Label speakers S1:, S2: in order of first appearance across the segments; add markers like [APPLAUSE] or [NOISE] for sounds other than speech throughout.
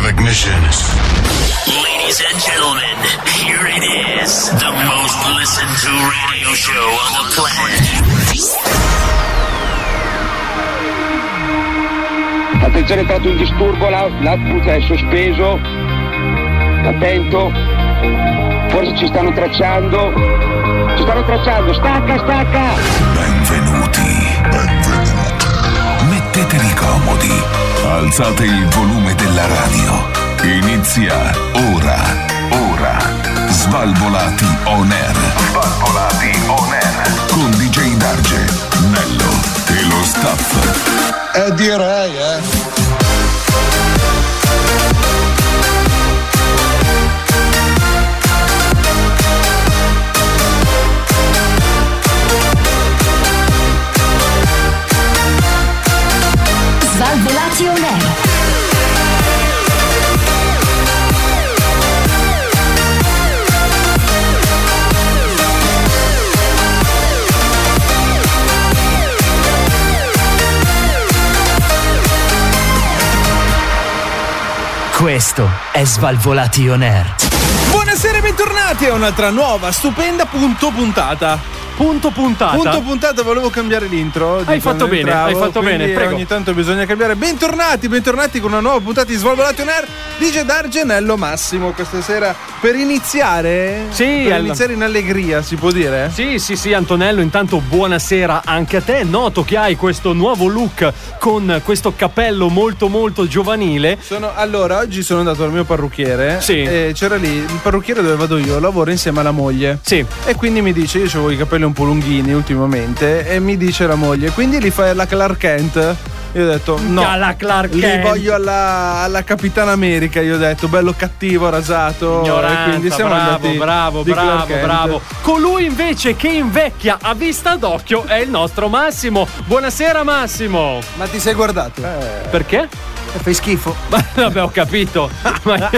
S1: Revisionist.
S2: Ladies and gentlemen, here it is, the most listened to radio show on the planet.
S3: Attenzione, è fatto un disturbo, l'out- l'output è sospeso. Attento. Forse ci stanno tracciando. Ci stanno tracciando. Stacca, stacca.
S4: Benvenuti. Benvenuti. Mettetevi comodi. Alzate il volume della radio. Inizia ora. Ora. Svalvolati on air. Svalvolati on air. Con DJ Darge, Nello e lo staff.
S5: Eh direi, eh.
S6: Svalvolati on air.
S7: Questo è Svalvolati On Air.
S8: Buonasera e bentornati a un'altra nuova, stupenda punto puntata.
S9: Punto puntata.
S8: Punto puntata, volevo cambiare l'intro. di
S9: Ah, Hai
S8: quando
S9: fatto bene,
S8: entravo,
S9: hai fatto
S8: quindi
S9: bene, prego.
S8: Ogni tanto bisogna cambiare. Bentornati, bentornati con una nuova puntata di Svalvolati on Air. Dice Dargenello Massimo questa sera per iniziare.
S9: Sì,
S8: per
S9: alla-
S8: iniziare in allegria, si può dire?
S9: Sì, sì, sì, Antonello, intanto buonasera anche a te. Noto che hai questo nuovo look con questo cappello molto molto giovanile.
S8: Sono- allora, oggi sono andato dal mio parrucchiere.
S9: Sì.
S8: E c'era lì il parrucchiere dove vado io, lavoro insieme alla moglie.
S9: Sì.
S8: E quindi mi dice: Io avevo i capelli un po' lunghini ultimamente. E mi dice la moglie: Quindi li fai alla Clark Kent? Io ho detto: No.
S9: Alla Clark
S8: Li
S9: Kent.
S8: voglio alla, alla Capitana America. Io ho detto: Bello cattivo, rasato. Oh, e quindi
S9: Ignoranza,
S8: siamo
S9: bravo,
S8: andati
S9: bravo,
S8: di Clark
S9: bravo,
S8: Kent.
S9: bravo. Colui invece che invecchia a vista d'occhio è il nostro Massimo. Buonasera Massimo.
S10: Ma ti sei guardato?
S8: Eh.
S9: Perché? [LAUGHS]
S10: Fai schifo.
S9: Ma- Vabbè, ho capito.
S8: [LAUGHS]
S9: Ma-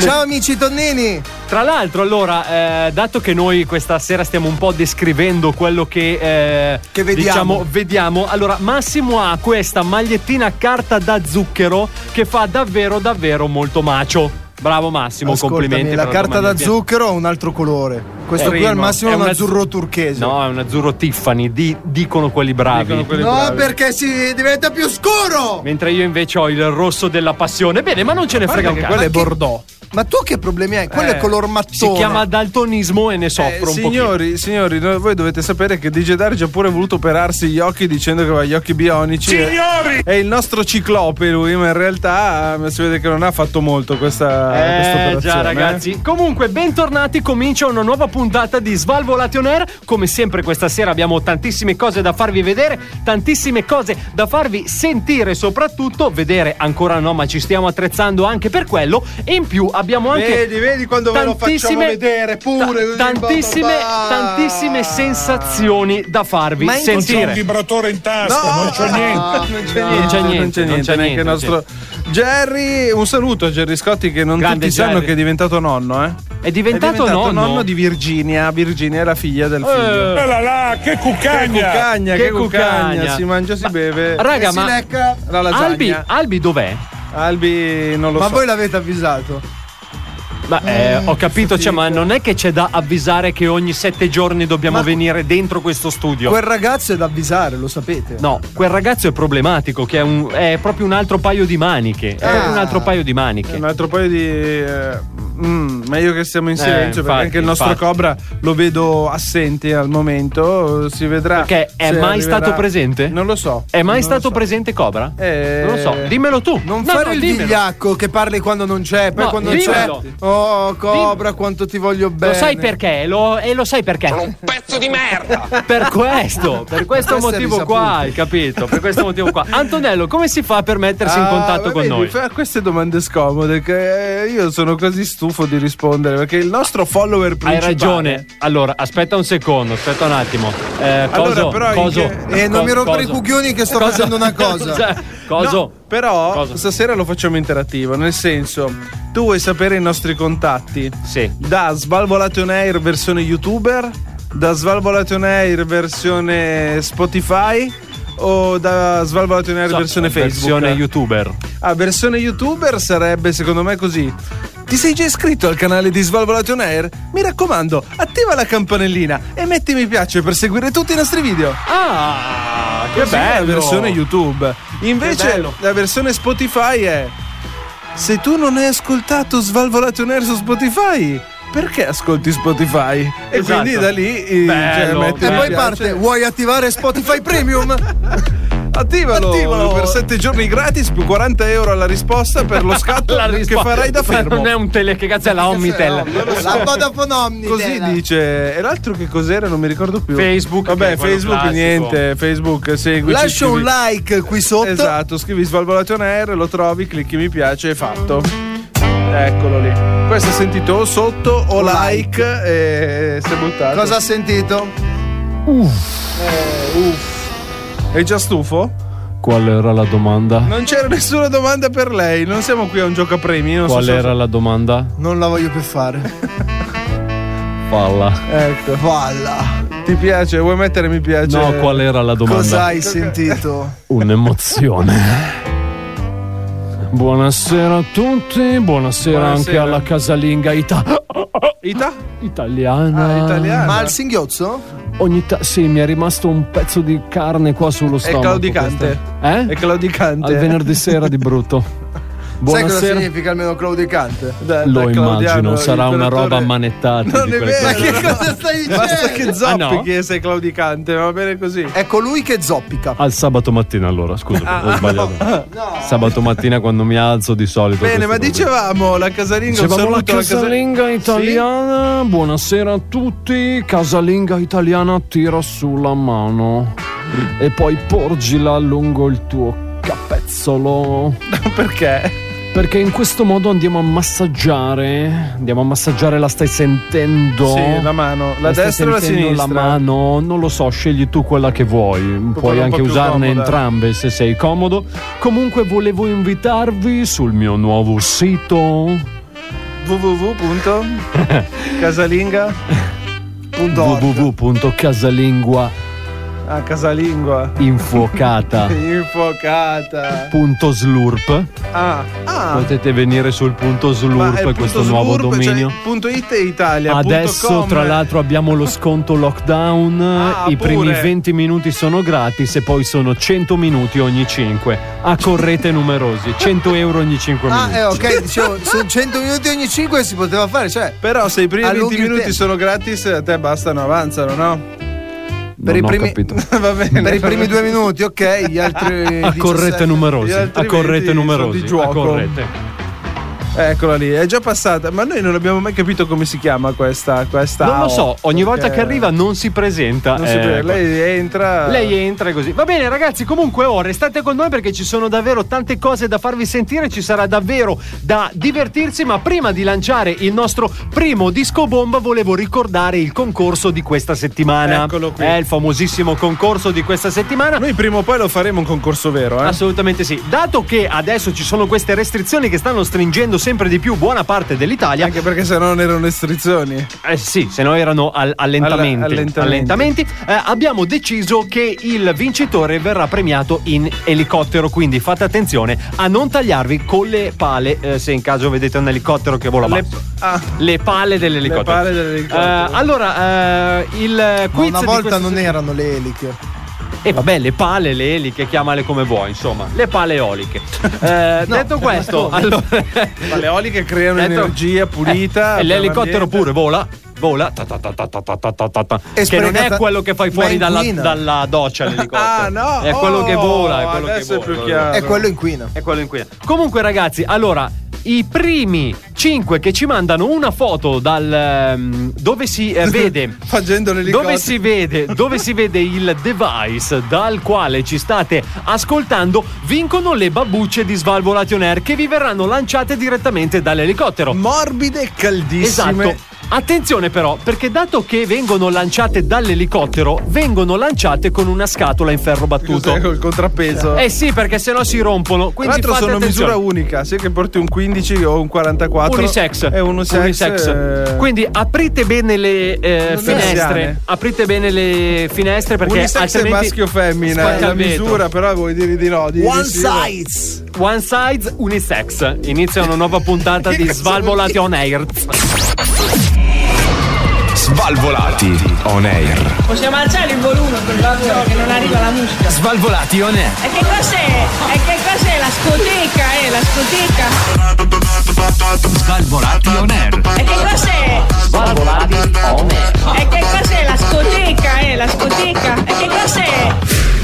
S10: Ciao amici tonnini!
S9: Tra l'altro, allora, eh, dato che noi questa sera stiamo un po' descrivendo quello che, eh,
S10: Che vediamo.
S9: diciamo, vediamo, allora Massimo ha questa magliettina a carta da zucchero che fa davvero, davvero molto macio. Bravo Massimo, complimenti.
S10: la
S9: per tua
S10: carta da
S9: magliettina.
S10: zucchero ha un altro colore. Questo
S9: Eh,
S10: qui al
S9: primo.
S10: massimo è un
S9: un
S10: azzurro
S9: azz-
S10: turchese.
S9: No, è un azzurro Tiffany, di- dicono quelli bravi.
S8: Dicono quelli
S10: No,
S8: bravi.
S10: perché si diventa più scuro!
S9: Mentre io invece ho il rosso della passione. Bene, ma non ce ne
S8: Guarda
S9: frega un
S8: che
S9: cazzo.
S8: quello è
S10: Ma che-
S8: Bordeaux.
S10: Ma tu che problemi hai? Quello
S8: Eh,
S10: è color mattone.
S9: Si chiama daltonismo e ne soffro
S8: Eh,
S9: un po'.
S8: signori, signori, no- voi dovete sapere che DJ Darge ha pure voluto operarsi gli occhi dicendo che aveva gli occhi bionici. Signori! È il nostro ciclope lui, ma in realtà eh, si vede che non ha fatto molto questa, questa
S9: Eh
S8: operazione.
S9: già ragazzi Comunque bentornati Comincia una nuova puntata di Svalvolati On Air Come sempre questa sera abbiamo tantissime cose da farvi vedere Tantissime cose da farvi sentire Soprattutto vedere ancora no Ma ci stiamo attrezzando anche per quello E in più abbiamo anche
S8: Vedi, vedi quando ve lo facciamo
S9: tantissime-
S8: vedere pure. così,
S9: ta- Tantissime,
S8: ba, ba, ba.
S9: tantissime sensazioni da farvi
S10: Ma in-
S9: sentire
S5: Vibratore in tasca,
S8: No,
S5: non c'è niente.
S8: non c'è niente,
S9: No, non c'è
S8: non c'è
S9: niente, non
S8: niente,
S9: c'è
S8: neanche il
S9: niente,
S8: nostro Jerry, un saluto a Jerry Scotti che non
S9: Grande
S8: tutti sanno
S9: Jerry.
S8: che è diventato nonno, eh.
S9: È diventato nonno?
S8: di Virginia, Virginia è la figlia del figlio.
S9: Eh,
S5: Bella là, che
S8: Che
S5: cuccagna.
S8: cuccagna, che,
S9: Che
S8: cuccagna.
S9: cuccagna.
S8: Si mangia, si
S9: Ma-
S8: beve.
S9: Raga
S8: e
S9: ma
S8: si lecca la lasagna.
S9: Albi, Albi dov'è?
S8: Albi non lo
S10: Ma
S8: so.
S10: voi l'avete avvisato?
S9: Ma eh, ho capito, cioè, ma non è che c'è da avvisare che ogni sette giorni dobbiamo
S10: Ma-
S9: venire dentro questo studio.
S10: Quel ragazzo è da avvisare, lo sapete.
S9: No, quel ragazzo è problematico, che è, un- è proprio un altro paio di maniche. È
S10: Ah.
S9: un altro paio di
S8: È
S9: maniche.
S8: Un altro paio di. eh, mm, meglio che stiamo in
S9: Eh,
S8: silenzio perché
S9: infatti,
S8: anche il nostro
S9: infatti.
S8: Cobra lo vedo assente al momento. Si vedrà.
S9: Perché è
S8: se
S9: mai
S8: arriverà.
S9: stato presente?
S8: Non lo so.
S9: È mai
S8: non
S9: stato
S8: lo so.
S9: presente Cobra?
S8: Eh,
S9: Non lo so, dimmelo tu.
S10: Non
S9: No,
S10: fare
S9: no,
S10: il
S9: dimmelo.
S10: vigliacco che parli quando non c'è, poi
S9: No,
S10: quando
S9: dimmelo.
S10: c'è. Oh, Cobra, quanto ti voglio bene.
S9: Lo sai perché? Lo- e lo sai perché? Sono un pezzo di merda! [LAUGHS] Per questo, per questo
S10: Questo è
S9: motivo
S10: risaputo.
S9: qua, hai capito? Per questo
S8: [LAUGHS]
S9: motivo qua. Antonello, come si fa per mettersi in
S8: Ah,
S9: contatto
S8: ma
S9: con
S8: vedi,
S9: noi?
S8: Fa queste domande scomode che eh, io sono quasi stufo di rispondere perché il nostro follower
S9: Hai
S8: principale.
S9: ragione. Allora, aspetta un secondo, aspetta un attimo. Eh,
S8: Allora,
S9: coso,
S8: però, in
S9: coso,
S8: che- eh,
S10: E non
S9: co-
S10: mi rompere i
S9: coso.
S10: cucchioni che sto facendo una cosa.
S9: [LAUGHS] Cioè, Coso.
S8: No, però
S9: Coso.
S8: stasera lo facciamo interattivo, nel senso, tu vuoi sapere i nostri contatti?
S9: Sì.
S8: Da Svalvolato on Air versione youtuber, da Svalvolato on Air versione Spotify, o da Svalvolato in Air versione Facebook?
S9: Versione youtuber.
S8: Ah, versione youtuber sarebbe secondo me così. Ti sei già iscritto al canale di Svalvolato on Air? Mi raccomando, attiva la campanellina e metti mi piace per seguire tutti i nostri video.
S9: Ah, che
S8: Così è
S9: bello.
S8: la versione YouTube. Invece
S9: bello.
S8: la versione Spotify è Se tu non hai ascoltato Svalvolato on Air su Spotify, perché ascolti Spotify? E
S9: Esatto.
S8: quindi da lì eh, cioè,
S9: Bello,
S8: metti
S10: E
S8: mi
S10: poi
S8: piace.
S10: parte, vuoi attivare Spotify Premium?
S8: [LAUGHS] Attivalo,
S10: Attivalo.
S8: per 7 giorni gratis più 40 euro alla risposta per
S9: [LAUGHS]
S8: lo scatto
S9: La
S8: che
S9: risposta-
S8: farai da
S9: Ma
S8: fermo.
S9: Non è un tele, che cazzo è la Omnitel?
S10: La Vodafone Omni.
S8: Così dice. E l'altro che cos'era? Non mi ricordo più.
S9: Facebook, che
S8: Vabbè,
S9: è quello
S8: Facebook
S9: classico.
S8: niente. Facebook segui.
S10: Lascia un like qui sotto.
S8: Esatto, scrivi Svalvolato on Air, lo trovi, clicchi mi piace e fatto. Eccolo lì. Questo è sentito o sotto o like, e si è buttato. Eh,
S10: Cosa ha sentito?
S8: È già stufo?
S9: Qual era la domanda?
S8: Non c'era nessuna domanda per lei. Non siamo qui a un giocapremi. Non so se-
S9: la domanda?
S10: Non la voglio più fare.
S9: Falla.
S8: [LAUGHS] Ecco.
S10: Palla.
S8: Ti piace? Vuoi mettere mi piace?
S9: era la
S10: Cosa hai sentito?
S9: Un'emozione. Buonasera a tutti, buonasera, anche
S8: Buonasera.
S9: alla casalinga ita-
S8: Ita?
S9: italiana.
S8: Ah, italiana.
S10: Ma il singhiozzo?
S9: Ogni ta- sì, mi è rimasto un pezzo di carne qua sullo
S8: È
S9: stomaco.
S8: claudicante.
S9: questa. Eh?
S8: È claudicante.
S9: Al venerdì sera
S8: [LAUGHS]
S9: di brutto.
S10: Sai cosa
S9: Buonasera.
S10: significa almeno claudicante?
S8: Da- da
S9: Lo
S8: Claudiano,
S9: immagino,
S8: il
S9: sarà una
S8: imperatore-
S9: roba ammanettata.
S8: Non
S9: di
S8: è
S9: quelle
S8: vero.
S10: Ma
S9: cose.
S10: che cosa
S8: [LAUGHS]
S10: stai dicendo?
S8: Basta che zoppichi
S9: Ah, no?
S8: e sei claudicante, va bene così.
S10: È colui che zoppica.
S9: Al sabato mattina allora, scusa,
S8: Ah,
S9: ho sbagliato. Sabato mattina quando mi alzo di solito.
S8: Bene,
S9: queste
S8: ma
S9: cose.
S8: dicevamo la casalinga un
S9: Dicevamo la
S8: saluto alla casa- [LAUGHS]
S9: casalinga italiana. Buonasera a tutti. Casalinga italiana tira sulla mano. E poi porgila lungo il tuo capezzolo.
S8: Sì? Perché?
S9: Perché in questo modo andiamo a massaggiare. Andiamo a massaggiare, la stai sentendo?
S8: Sì, la mano, la,
S9: stai
S8: destra o la
S9: sentendo
S8: sinistra?
S9: La mano, non lo so, scegli tu quella che vuoi. Puoi
S8: un
S9: anche
S8: po' più
S9: usarne
S8: comoda.
S9: entrambe se sei comodo. Comunque volevo invitarvi sul mio nuovo sito
S8: www. casalinga?
S9: www.casalinguainfuocata.slu
S8: Ah, casalingua. Infuocata.
S9: Slurp
S8: Ah, ah.
S9: potete venire sul punto
S8: ma è
S9: slurp
S8: punto
S9: questo nuovo
S8: slurp,
S9: dominio
S8: cioè, punto it e Italia. punto
S9: Adesso,
S8: com.
S9: tra l'altro, abbiamo lo sconto lockdown.
S8: Ah,
S9: I
S8: pure.
S9: primi 20 minuti sono gratis e poi sono 100 minuti ogni 5. A correte numerosi, 100 euro ogni 5
S10: Ah,
S9: minuti.
S10: eh, ok, dicevo, sono 100 minuti ogni 5 si poteva fare, cioè,
S8: Però se i primi
S10: Allunghi
S8: 20
S10: il
S8: minuti
S10: tempo.
S8: sono gratis, a te bastano, avanzano, no? [LAUGHS]
S9: per
S10: i primi-
S8: Va bene.
S10: per i primi due minuti, ok, gli
S9: [LAUGHS]
S10: altri
S9: A correte
S10: 17.
S9: numerosi,
S8: Gli altri
S9: a correte
S8: venti
S9: numerosi,
S8: sono di gioco.
S9: a correte.
S8: Eccola lì, è già passata, ma noi non abbiamo mai capito come si chiama questa. questa
S9: Non lo
S8: AO,
S9: so, ogni volta
S8: perché
S9: che arriva non si presenta.
S8: non si
S9: eh,
S8: pre- lei entra.
S9: Lei entra così. Va bene, ragazzi. Comunque, oh, restate con noi perché ci sono davvero tante cose da farvi sentire. Ci sarà davvero da divertirsi. Ma prima di lanciare il nostro primo disco bomba, volevo ricordare il concorso di questa settimana.
S8: Eccolo qui.
S9: È il famosissimo concorso di questa settimana.
S8: Noi prima o poi lo faremo un concorso vero, eh?
S9: Assolutamente sì. Dato che adesso ci sono queste restrizioni che stanno stringendo sempre di più buona parte dell'Italia,
S8: Anche perché se no non erano restrizioni.
S9: eh sì, se no erano al- allentamenti.
S8: Alla- allentamenti.
S9: Allentamenti. Eh, abbiamo deciso che il vincitore verrà premiato in elicottero, quindi fate attenzione a non tagliarvi con le pale eh, se in caso vedete un elicottero che vola
S8: Le-
S9: basso.
S8: ah.
S9: Le pale dell'elicottero.
S8: Le pale dell'elicottero.
S9: Eh, allora, eh, il
S10: Ma
S9: quiz
S10: una
S9: di
S10: volta
S9: questa
S10: non
S9: settimana-
S10: erano le eliche.
S9: e vabbè, le pale, le eliche, chiamale come vuoi, insomma, le pale eoliche. Eh, detto questo, allora, [LAUGHS]
S8: le eoliche creano
S9: Detto-
S8: energia pulita
S9: Certo. Eh, e
S8: per
S9: l'elicottero
S8: l'ambiente.
S9: pure vola. Vola, ta ta ta ta ta ta ta ta ta ta.
S10: E
S9: che non è
S10: sprecata-
S9: quello che fai
S10: ma
S9: fuori dalla,
S10: inquina.
S8: [LAUGHS]
S9: dalla doccia l'elicottero.
S8: Ah, no!
S9: È quello che
S8: Oh,
S9: vola. È quello che
S8: adesso è
S9: vola,
S8: più
S9: quello che
S8: chiaro.
S10: È quello inquina.
S9: è quello in cui. Comunque, ragazzi, allora. I primi 5 che ci mandano una foto dal ehm, dove si eh, vede
S8: Facendo [LAUGHS] l'elicottero.
S9: dove si vede dove si vede il device dal quale ci state ascoltando vincono le babbucce di Svalvolation Air che vi verranno lanciate direttamente dall'elicottero.
S8: Morbide e caldissime.
S9: Esatto. Attenzione però, perché dato che vengono lanciate dall'elicottero, vengono lanciate con una scatola in ferro battuto.
S8: Cos'è col contrappeso?
S9: Eh sì, perché sennò si rompono.
S8: Tra
S9: Quindi
S8: l'altro
S9: fate
S8: sono
S9: attenzione.
S8: misura unica, sia che porti un 15 o un 44.
S9: Unisex.
S8: È unisex. eh,
S9: Quindi aprite bene le eh,
S8: Non è
S9: finestre.
S8: anziane.
S9: Aprite bene le finestre perché
S8: unisex è
S9: altrimenti
S8: maschio o femmina,
S9: spacca
S8: è la
S9: il vetro.
S8: misura, però vuoi dire di no. di-
S1: One
S8: di sì,
S1: size.
S9: One size unisex. Inizia una nuova
S8: [LAUGHS]
S9: puntata di Svalvolati on Air.
S11: Svalvolati on air.
S12: Possiamo alzare il volume per favore che non arriva la musica.
S11: Svalvolati on air.
S12: E che cos'è? E che cos'è la scoteca? Eh, la scoteca.
S11: Svalvolati on air.
S12: E che cos'è?
S11: Svalvolati on air.
S12: E che cos'è la scoteca? Eh, la scoteca. E che cos'è?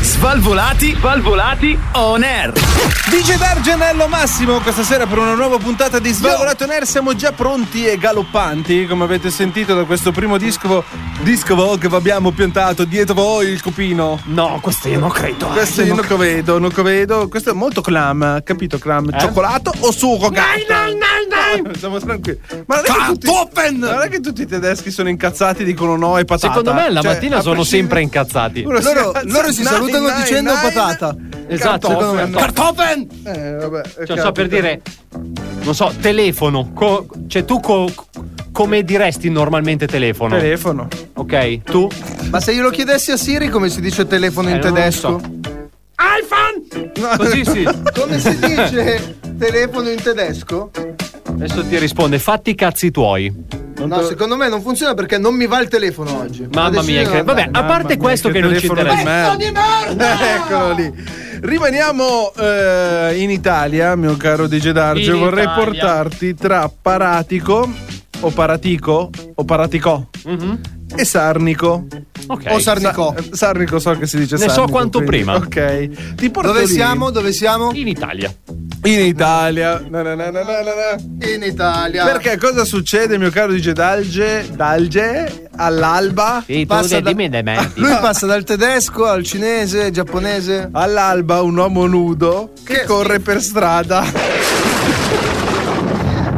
S11: Svalvolati, svalvolati on air.
S8: DJ Dargenello Massimo, questa sera per una nuova puntata di Svalvolato Nair siamo già pronti e galoppanti, come avete sentito da questo primo disco, disco che vi abbiamo piantato dietro voi il cupino.
S9: No, questo io non credo.
S8: Questo io non lo vedo, non lo vedo. Questo è molto clam, capito clam?
S9: Eh?
S8: Cioccolato o sugo? No, no, no, [LAUGHS] Siamo tranquilli. Ma non è, che tutti, non è che tutti i tedeschi sono incazzati e dicono no e patata.
S9: Secondo me la
S8: Cioè,
S9: mattina
S8: a
S9: sono
S8: prescindere-
S9: sempre incazzati.
S8: Uno si
S10: Loro-
S8: alza,
S10: loro si
S8: nine,
S10: salutano
S8: nine,
S10: dicendo
S8: nine,
S10: patata.
S9: Esatto,
S8: Cartofen.
S9: secondo me.
S8: Cartofen! Eh, vabbè.
S9: Cioè, so per dire, non so, telefono. Co- cioè, tu co- come diresti normalmente telefono?
S8: Telefono.
S9: ok, tu?
S10: Ma se glielo chiedessi a Siri come si dice telefono in
S9: Eh, non lo
S10: tedesco?
S9: iPhone!
S8: [LAUGHS]
S9: Così sì.
S10: Come si dice telefono in tedesco?
S9: Adesso ti risponde, fatti i cazzi tuoi.
S10: No, secondo me non funziona perché non mi va il telefono oggi. Ho
S9: Mamma
S10: deciso
S9: mia,
S10: di
S9: che-
S10: non
S9: vabbè, Eh.
S10: andare.
S9: a parte questo che, non ci
S8: telefono di
S9: interessa.
S8: merda. Eccolo lì. Rimaniamo eh, in Italia, mio caro DJ Darge.
S9: In
S8: Vorrei
S9: Italia.
S8: portarti tra Paratico o Paratico o Paraticò
S9: Mhm,
S8: e Sarnico.
S9: Ok.
S10: O Sarnicò.
S8: Sa- eh, Sarnico so che si dice
S9: Ne so
S8: Sarnico.
S9: quanto
S8: quindi-
S9: prima.
S8: Ok. Ti porto
S10: Dove
S8: lì,
S10: siamo? Dove siamo?
S9: In Italia.
S8: In Italia. Na, na, na, na, na, na, na.
S10: In Italia.
S8: Perché cosa succede, mio caro DJ Dalge? Dalge all'alba?
S9: Sì, tu
S10: Passa
S9: de-
S10: da-
S9: dimmi dai merdi.
S10: Lui passa dal tedesco al cinese, giapponese.
S8: All'alba un uomo nudo che,
S10: Che-
S8: corre per strada.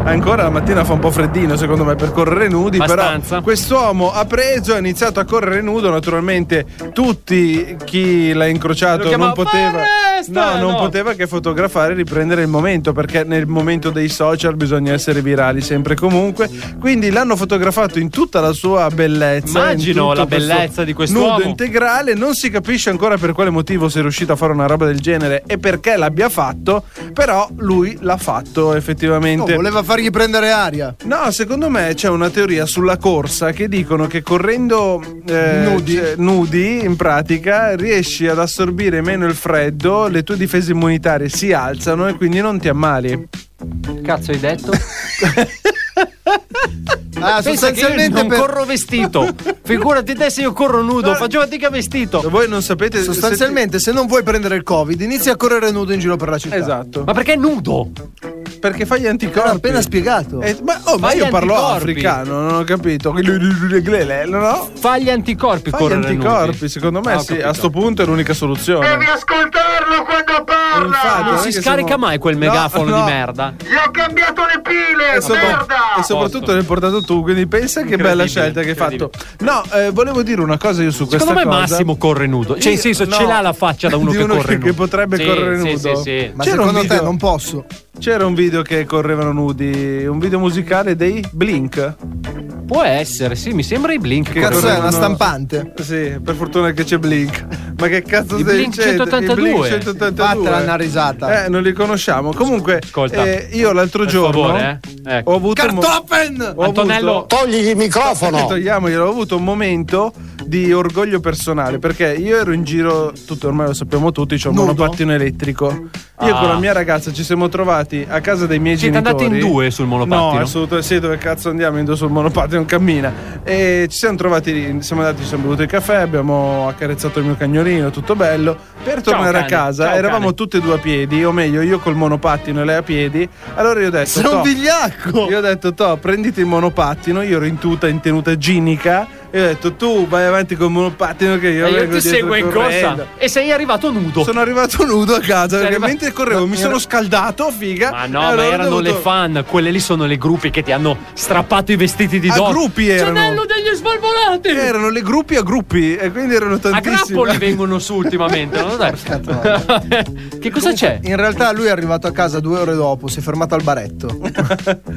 S8: Ancora la mattina fa un po' freddino, secondo me, per correre nudi.
S9: Abbastanza.
S8: Però quest'uomo ha preso e ha iniziato a correre nudo. Naturalmente, tutti chi l'ha
S9: Lo
S8: incrociato
S9: chiamava,
S8: non poteva.
S9: "Foresta!"
S8: No, non
S9: No.
S8: poteva che fotografare e riprendere il momento, perché nel momento dei social bisogna essere virali sempre e comunque. Quindi l'hanno fotografato in tutta la sua bellezza. in
S9: Immagino
S8: tutto
S9: la
S8: questo
S9: bellezza di
S8: Nudo
S9: quest'uomo.
S8: integrale, non si capisce ancora per quale motivo sia riuscito a fare una roba del genere e perché l'abbia fatto, però lui l'ha fatto
S10: Oh,
S8: effettivamente.
S10: voleva fargli prendere aria.
S8: No, secondo me c'è una teoria sulla corsa che dicono che correndo eh,
S10: Nudi.
S8: cioè, nudi, in pratica, riesci ad assorbire meno il freddo, le tue difese immunitarie si alzano e quindi non
S10: [LAUGHS]
S8: ti ammali.
S9: Cazzo hai detto?
S10: Ah,
S9: Pensa che io
S10: sostanzialmente
S9: non
S10: per,
S9: corro vestito. Figurati te se io corro nudo, faccio fatica vestito.
S8: Voi non sapete se-
S10: sostanzialmente se non vuoi prendere il covid inizia a correre nudo in giro per la città.
S8: Esatto.
S9: Ma perché nudo?
S8: Perché fai gli anticorpi.
S10: L'ho appena spiegato.
S8: Eh, ma, oh, ma
S9: Fai
S8: io parlo
S9: anticorpi.
S8: africano, non ho capito. No?
S9: Fa gli anticorpi
S8: Fai gli
S9: correre
S8: anticorpi,
S9: nudi.
S8: secondo me
S9: Ah, ho
S8: sì,
S9: capito.
S8: a sto punto è l'unica soluzione. Devi ascoltarlo quando parla! Infatti,
S9: Non
S8: è
S9: Ah, si
S8: che
S9: scarica
S8: sono-
S9: mai quel
S8: No,
S9: megafono
S8: no.
S9: di merda.
S8: E, sopra- e soprattutto l'hai portato tu, quindi pensa che
S9: Incredibile,
S8: bella scelta che hai fatto. No, eh, volevo dire una cosa io su questa
S9: Secondo me
S8: cosa.
S9: Massimo corre nudo. Cioè, in
S8: Io-
S9: senso,
S8: no,
S9: ce l'ha la faccia da uno,
S8: di
S9: che
S8: uno
S9: corre
S8: che,
S9: nudo.
S8: che potrebbe
S9: Sì,
S8: correre
S9: sì,
S8: nudo.
S9: sì, sì.
S10: Ma
S8: C'era un
S10: secondo te
S8: video-
S10: non posso.
S8: C'era un video che correvano nudi, un video musicale dei Blink.
S9: Può essere, sì, mi sembra i blink.
S8: Che
S10: Cazzo è
S8: correvano-
S10: una stampante.
S8: Sì, per fortuna che c'è Blink. Ma che cazzo
S9: I
S8: stai
S9: Blink
S8: dicendo? I
S9: 182.
S8: Blink 182.
S10: Fatela una risata.
S8: Eh, non li conosciamo. Comunque,
S9: Ascolta.
S8: eh, io l'altro
S9: Per
S8: giorno
S9: favore, eh. Ecco.
S8: ho avuto un mo-
S10: Cartofen!
S8: ho
S9: Antonello,
S8: avuto-
S13: [LAUGHS]
S8: Togliamoglielo, ho avuto un momento di orgoglio personale perché io ero in giro, tutto ormai lo sappiamo tutti, c'ho un
S10: Nudo?
S8: monopattino elettrico. Io
S9: Ah.
S8: con la mia ragazza ci siamo trovati a casa dei miei
S9: Siete
S8: genitori.
S9: andati in due sul monopattino?
S8: No, assolutamente sì, dove cazzo andiamo in due sul monopattino non cammina. E ci siamo trovati, lì, siamo andati, ci siamo bevuti il caffè, abbiamo accarezzato il mio cagnolino, tutto bello. Per
S9: Ciao,
S8: tornare a
S9: cane.
S8: casa
S9: Ciao,
S8: eravamo
S9: cane.
S8: tutti e due a piedi, o meglio io col monopattino e lei a piedi. Allora io ho detto...
S10: Sei un
S8: "Toh,
S10: vigliacco!
S8: io ho detto, Toh, prenditi il monopattino. Io ero in tuta, in tenuta ginica. E Io ho detto tu vai avanti con monopattino che io
S9: E eh, io
S8: vengo
S9: ti
S8: dietro
S9: seguo in
S8: correndo.
S9: corsa. E sei arrivato nudo.
S8: Sono arrivato nudo a casa
S9: Sei
S8: perché
S9: arriva-
S8: mentre correvo
S9: Ma
S8: mi
S9: era-
S8: sono scaldato, figa.
S9: Ma no, ma erano le fan, quelle lì sono le gruppi che ti hanno strappato i vestiti di
S8: A
S9: donna.
S8: Ah, gruppi erano.
S9: Cenello degli svalvolati!
S8: Erano le gruppi a gruppi e quindi erano
S9: A
S8: tantissime. [LAUGHS]
S9: grappoli vengono su ultimamente, no? Dai. [LAUGHS] che cosa c'è?
S14: In realtà lui è arrivato a casa due ore dopo, si è fermato al baretto.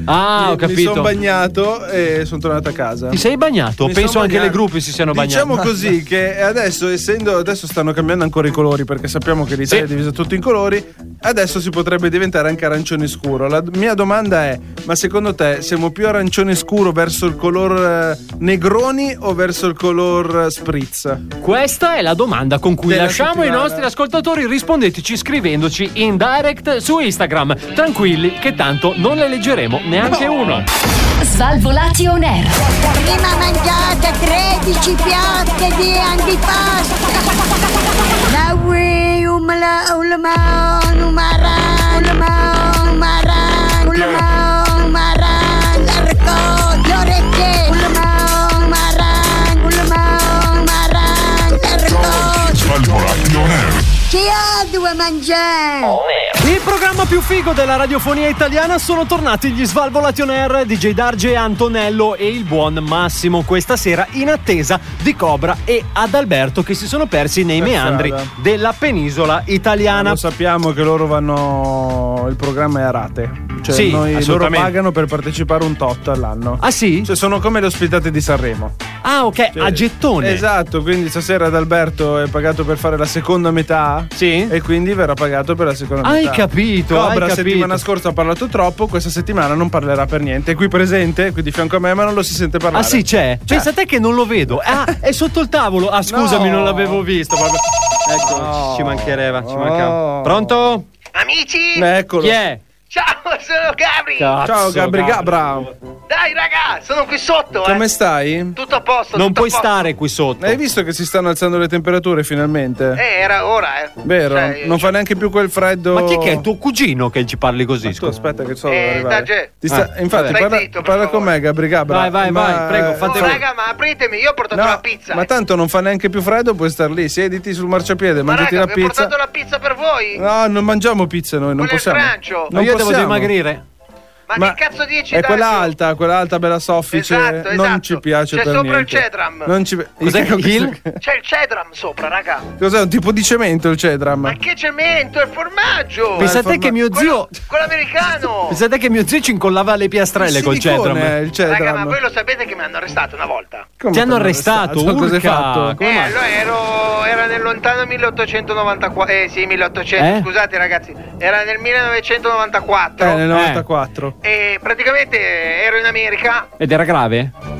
S9: Ah, ho
S8: Mi sono
S9: capito.
S8: bagnato e sono tornato a casa.
S9: Ti sei bagnato?
S8: Mi
S9: Esatto. Penso
S8: sono
S9: anche le
S8: bagnato.
S9: gruppi si siano bagnate.
S8: Diciamo così che adesso, essendo adesso stanno cambiando ancora i colori perché sappiamo che l'Italia è divisa tutto in colori, adesso si potrebbe diventare anche arancione scuro. La d- mia domanda è: ma secondo te siamo più arancione scuro verso il color eh, Negroni o verso il color eh, Spritz?
S9: Questa è la domanda con cui
S8: Della
S9: lasciamo i
S8: settimana.
S9: nostri ascoltatori. Rispondeteci scrivendoci in direct su Instagram. Tranquilli, che tanto non le leggeremo neanche uno.
S15: Svalvolati on air.
S16: Prima mangiate 13 piatte di antipasto. La um, ui, umla, ulma, numara, ulma, numara, um, ulma, numara, l'arco, l'orecchie, ulma, numara, ulma, numara, l'arco.
S17: Svalvolati on air.
S16: Chi ha due mangiare?
S9: Il programma più figo della radiofonia italiana sono tornati gli Svalvolation Air, DJ Darge, Antonello e il buon Massimo questa sera in attesa di Cobra e Adalberto che si sono persi nei
S8: Per
S9: meandri
S8: strada. Eh,
S9: della penisola italiana.
S8: Lo sappiamo che loro vanno. Il programma è a rate. Cioè,
S9: Sì,
S8: noi, loro
S9: assolutamente.
S8: pagano per partecipare un tot all'anno.
S9: Ah sì?
S8: Cioè, sono come le ospitate di Sanremo.
S9: Ah
S8: Cioè,
S9: ok, a gettone.
S8: Esatto, quindi stasera ad Alberto è pagato per fare la seconda metà.
S9: Sì.
S8: E quindi verrà pagato per la seconda
S9: Hai
S8: metà.
S9: capito, hai
S8: Cobra la
S9: capito.
S8: settimana scorsa ha parlato troppo, questa settimana non parlerà per niente. È qui presente, qui di fianco a me, ma non lo si sente
S9: Ah
S8: parlare.
S9: sì c'è?
S8: C'è.
S9: Pensa a te che non
S8: [LAUGHS]
S9: lo vedo. Ah, è sotto il tavolo. Ah scusami,
S8: No.
S9: non l'avevo visto. proprio. Ecco,
S8: No.
S9: ci manchereva, ci mancava.
S8: Oh.
S9: Pronto?
S13: Amici,
S8: Eccolo.
S9: Chi è?
S13: ciao, sono Gabri.
S8: Ciao Gabri Gabra.
S13: Dai, raga, sono qui sotto. eh.
S8: Come stai?
S13: Tutto a posto.
S9: Non
S13: tutto a
S9: puoi
S13: posto.
S9: stare qui sotto.
S8: Hai visto che si stanno alzando le temperature finalmente?
S13: Eh, era ora, eh.
S8: Vero?
S13: Cioè,
S8: non fa neanche più quel freddo. Ah,
S9: Ma chi è che è tuo cugino che ci parli così?
S8: Tu
S9: scusa?
S8: aspetta che so
S13: Eh,
S8: dove arrivare.
S13: Dagge.
S8: Ti sta-
S9: Ah.
S8: infatti,
S13: Stai
S8: parla,
S13: zitto, per
S8: parla con
S13: favore.
S8: me, Gabri Gabra.
S9: Vai, vai,
S8: Ma- eh,
S9: vai, prego, fate
S13: Oh,
S9: voi.
S13: raga, ma apritemi, io ho portato
S8: No,
S13: la pizza.
S8: Ma tanto non fa neanche più freddo, puoi star lì, siediti sul marciapiede,
S13: Ma
S8: mangiati
S13: raga,
S8: la
S13: vi ho
S8: pizza.
S13: portato la pizza per voi.
S8: No, non mangiamo pizza noi, non
S13: Quello è il
S8: possiamo.
S13: francio.
S9: Ma
S8: Non
S9: io devo
S8: possiamo.
S9: dimagrire.
S13: Ma,
S8: ma
S13: che cazzo dici?
S8: È
S13: Dario?
S8: quella alta, quella alta bella soffice,
S13: Esatto,
S8: non
S13: esatto.
S8: ci piace
S13: C'è
S8: per
S13: sopra il
S8: niente.
S13: cedram.
S8: Non ci [LAUGHS]
S9: Cos'è
S8: Io-
S9: il-
S13: C'è il cedram sopra, raga.
S8: Cos'è un tipo di cemento il cedram?
S13: Ma che cemento, è formaggio.
S9: Pensate che mio zio.
S13: Quello americano.
S9: Pensate che mio zio ci incollava le piastrelle
S8: Il
S9: col
S8: silicone è
S9: cedram.
S8: il cedram.
S13: Raga, ma voi lo sapete che mi hanno arrestato una volta?
S8: Come
S9: Ti hanno
S8: t'hanno
S9: arrestato,
S8: Cosa hai
S9: urca.
S8: fatto?
S9: Come
S13: eh,
S9: mai?
S13: allora ero, era nel lontano 1894. Eh sì, 1800.
S9: Eh?
S13: Scusate ragazzi, era nel 1994.
S8: Eh, nel 94.
S13: E praticamente ero in America.
S9: Ed era grave?
S8: [LAUGHS]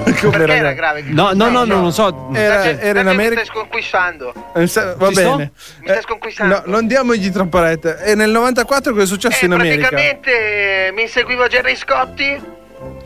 S8: Come
S13: perché
S8: raga?
S13: era grave?
S9: No, no, no, no, non so.
S8: Era- era in America-
S13: Mi stai sconquistando.
S8: Eh, sa- Va
S9: Ci sto?
S8: bene.
S13: Mi stai
S8: Eh,
S13: sconquistando.
S8: no, non diamogli troppa retta. E nel 94 cosa è successo
S13: Eh,
S8: in America?
S13: praticamente eh, mi seguivo Jerry Scotti.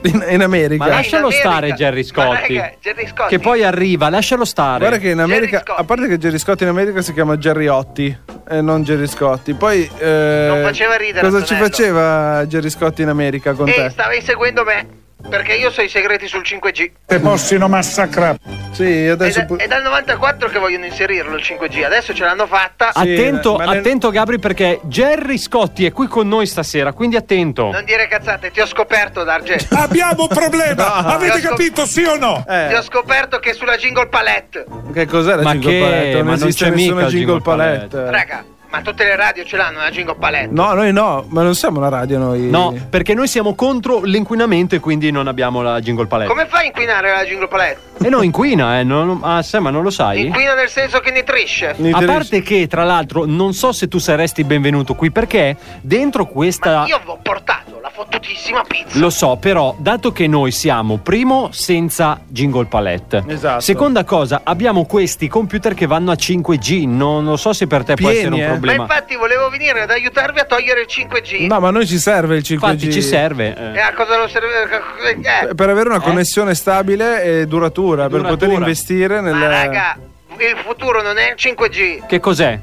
S8: In, in America.
S9: Ma lascialo
S13: America.
S9: stare, Jerry
S13: Ma
S9: Scotti.
S13: raga, Jerry Scotti.
S9: Che poi arriva, lascialo stare.
S8: Guarda che in
S13: Jerry
S8: America,
S13: Scotti.
S8: a parte che Jerry Scotti in America si chiama Jerry Otti e non Jerry Scotti. Poi eh,
S13: Non faceva ridere, Eh,
S8: Cosa ci
S13: Antonello.
S8: faceva Jerry Scotti in America con
S13: E
S8: te?
S13: stavi seguendo me. Perché io so i segreti sul 5G.
S18: Te possino massacrare.
S8: Sì,
S13: È,
S8: adesso
S13: da-
S8: pu-
S13: è dal 94 che vogliono inserirlo il 5G. Adesso ce l'hanno fatta.
S8: Ah,
S9: attento,
S8: ma nel-
S9: attento, Gabri, perché Jerry Scotti è qui con noi stasera, quindi attento.
S13: Non dire cazzate, ti ho scoperto, Darge.
S8: [LAUGHS]
S13: Ti
S18: Abbiamo un problema. Avete
S13: Io so-
S18: capito, sì o no?
S8: Eh,
S13: ho scoperto che sulla jingle palette.
S8: che cos'era
S9: Ma
S8: Jingle
S9: che-
S8: Palette? Non
S9: ma non
S8: esiste
S9: c'è
S8: nessuna
S9: mica il
S8: Jingle
S9: Jingle Palette.
S8: Palette.
S13: Raga, ma tutte le radio ce l'hanno la jingle palette.
S8: No, noi no, ma non siamo una radio noi.
S9: No, perché noi siamo contro l'inquinamento e quindi non abbiamo la jingle palette.
S13: Come fai a inquinare la jingle palette?
S9: E no, inquina, eh. non- ah, sai, ma non lo sai?
S8: Eh,
S13: Inquina nel senso che nitrisce.
S8: Mi
S9: A
S8: interessa.
S9: parte che, tra l'altro, non so se tu saresti benvenuto qui perché dentro questa.
S13: Io vi ho portato la fottutissima pizza.
S9: Lo so, però, dato che noi siamo primo senza jingle palette.
S8: Esatto.
S9: Seconda cosa, abbiamo questi computer che vanno a 5G. Non lo so se per te può
S8: Pieni,
S9: essere un
S8: eh.
S13: Ma
S9: problema.
S13: infatti volevo venire ad aiutarvi a togliere il 5G.
S8: No, ma a noi ci serve il 5G.
S9: Infatti, ci serve. eh.
S13: E a cosa lo serve? eh,
S8: Per- Per avere una connessione stabile e duratura, per
S9: Duratura.
S8: poter investire nel.
S13: Ma raga, il futuro non è il 5G.
S9: Che cos'è?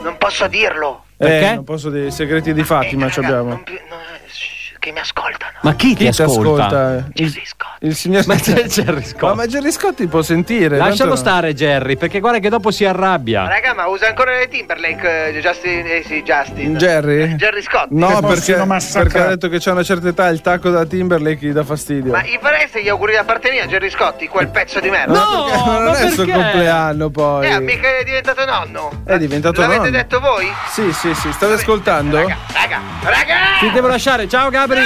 S13: Non posso dirlo.
S8: Eh,
S9: perché?
S8: non posso dire i segreti di Fatima
S13: Eh,
S8: ci
S13: raga,
S8: abbiamo.
S13: non pi- no, eh, shh,
S19: che mi ascoltano.
S9: Ma chi ti ascolta?
S8: Il, il signor
S9: Ma c'è Gerry Scott.
S8: Ma, ma Gerry Scotti può sentire.
S9: Lascialo
S8: tanto-
S9: stare, Jerry, perché guarda che dopo si arrabbia.
S19: Raga, ma usa ancora le Timberlake, eh, Justin, eh sì, Justin.
S9: Eh,
S8: Jerry?
S19: Jerry Scott.
S8: No, perché, perché ha detto che c'è una certa età, il tacco da Timberlake gli dà fastidio. [LAUGHS]
S19: Ma gli farei se gli auguri da parte mia, Jerry Scotti, quel pezzo di merda.
S8: No, perché- Eh, ma non è il suo compleanno poi.
S19: Eh, mica è diventato nonno.
S8: È diventato
S19: L'avete
S8: nonno.
S19: detto voi?
S8: Sì, sì, sì, state ascoltando?
S19: Raga, raga!
S9: Ti devo lasciare. Ciao, Gabri.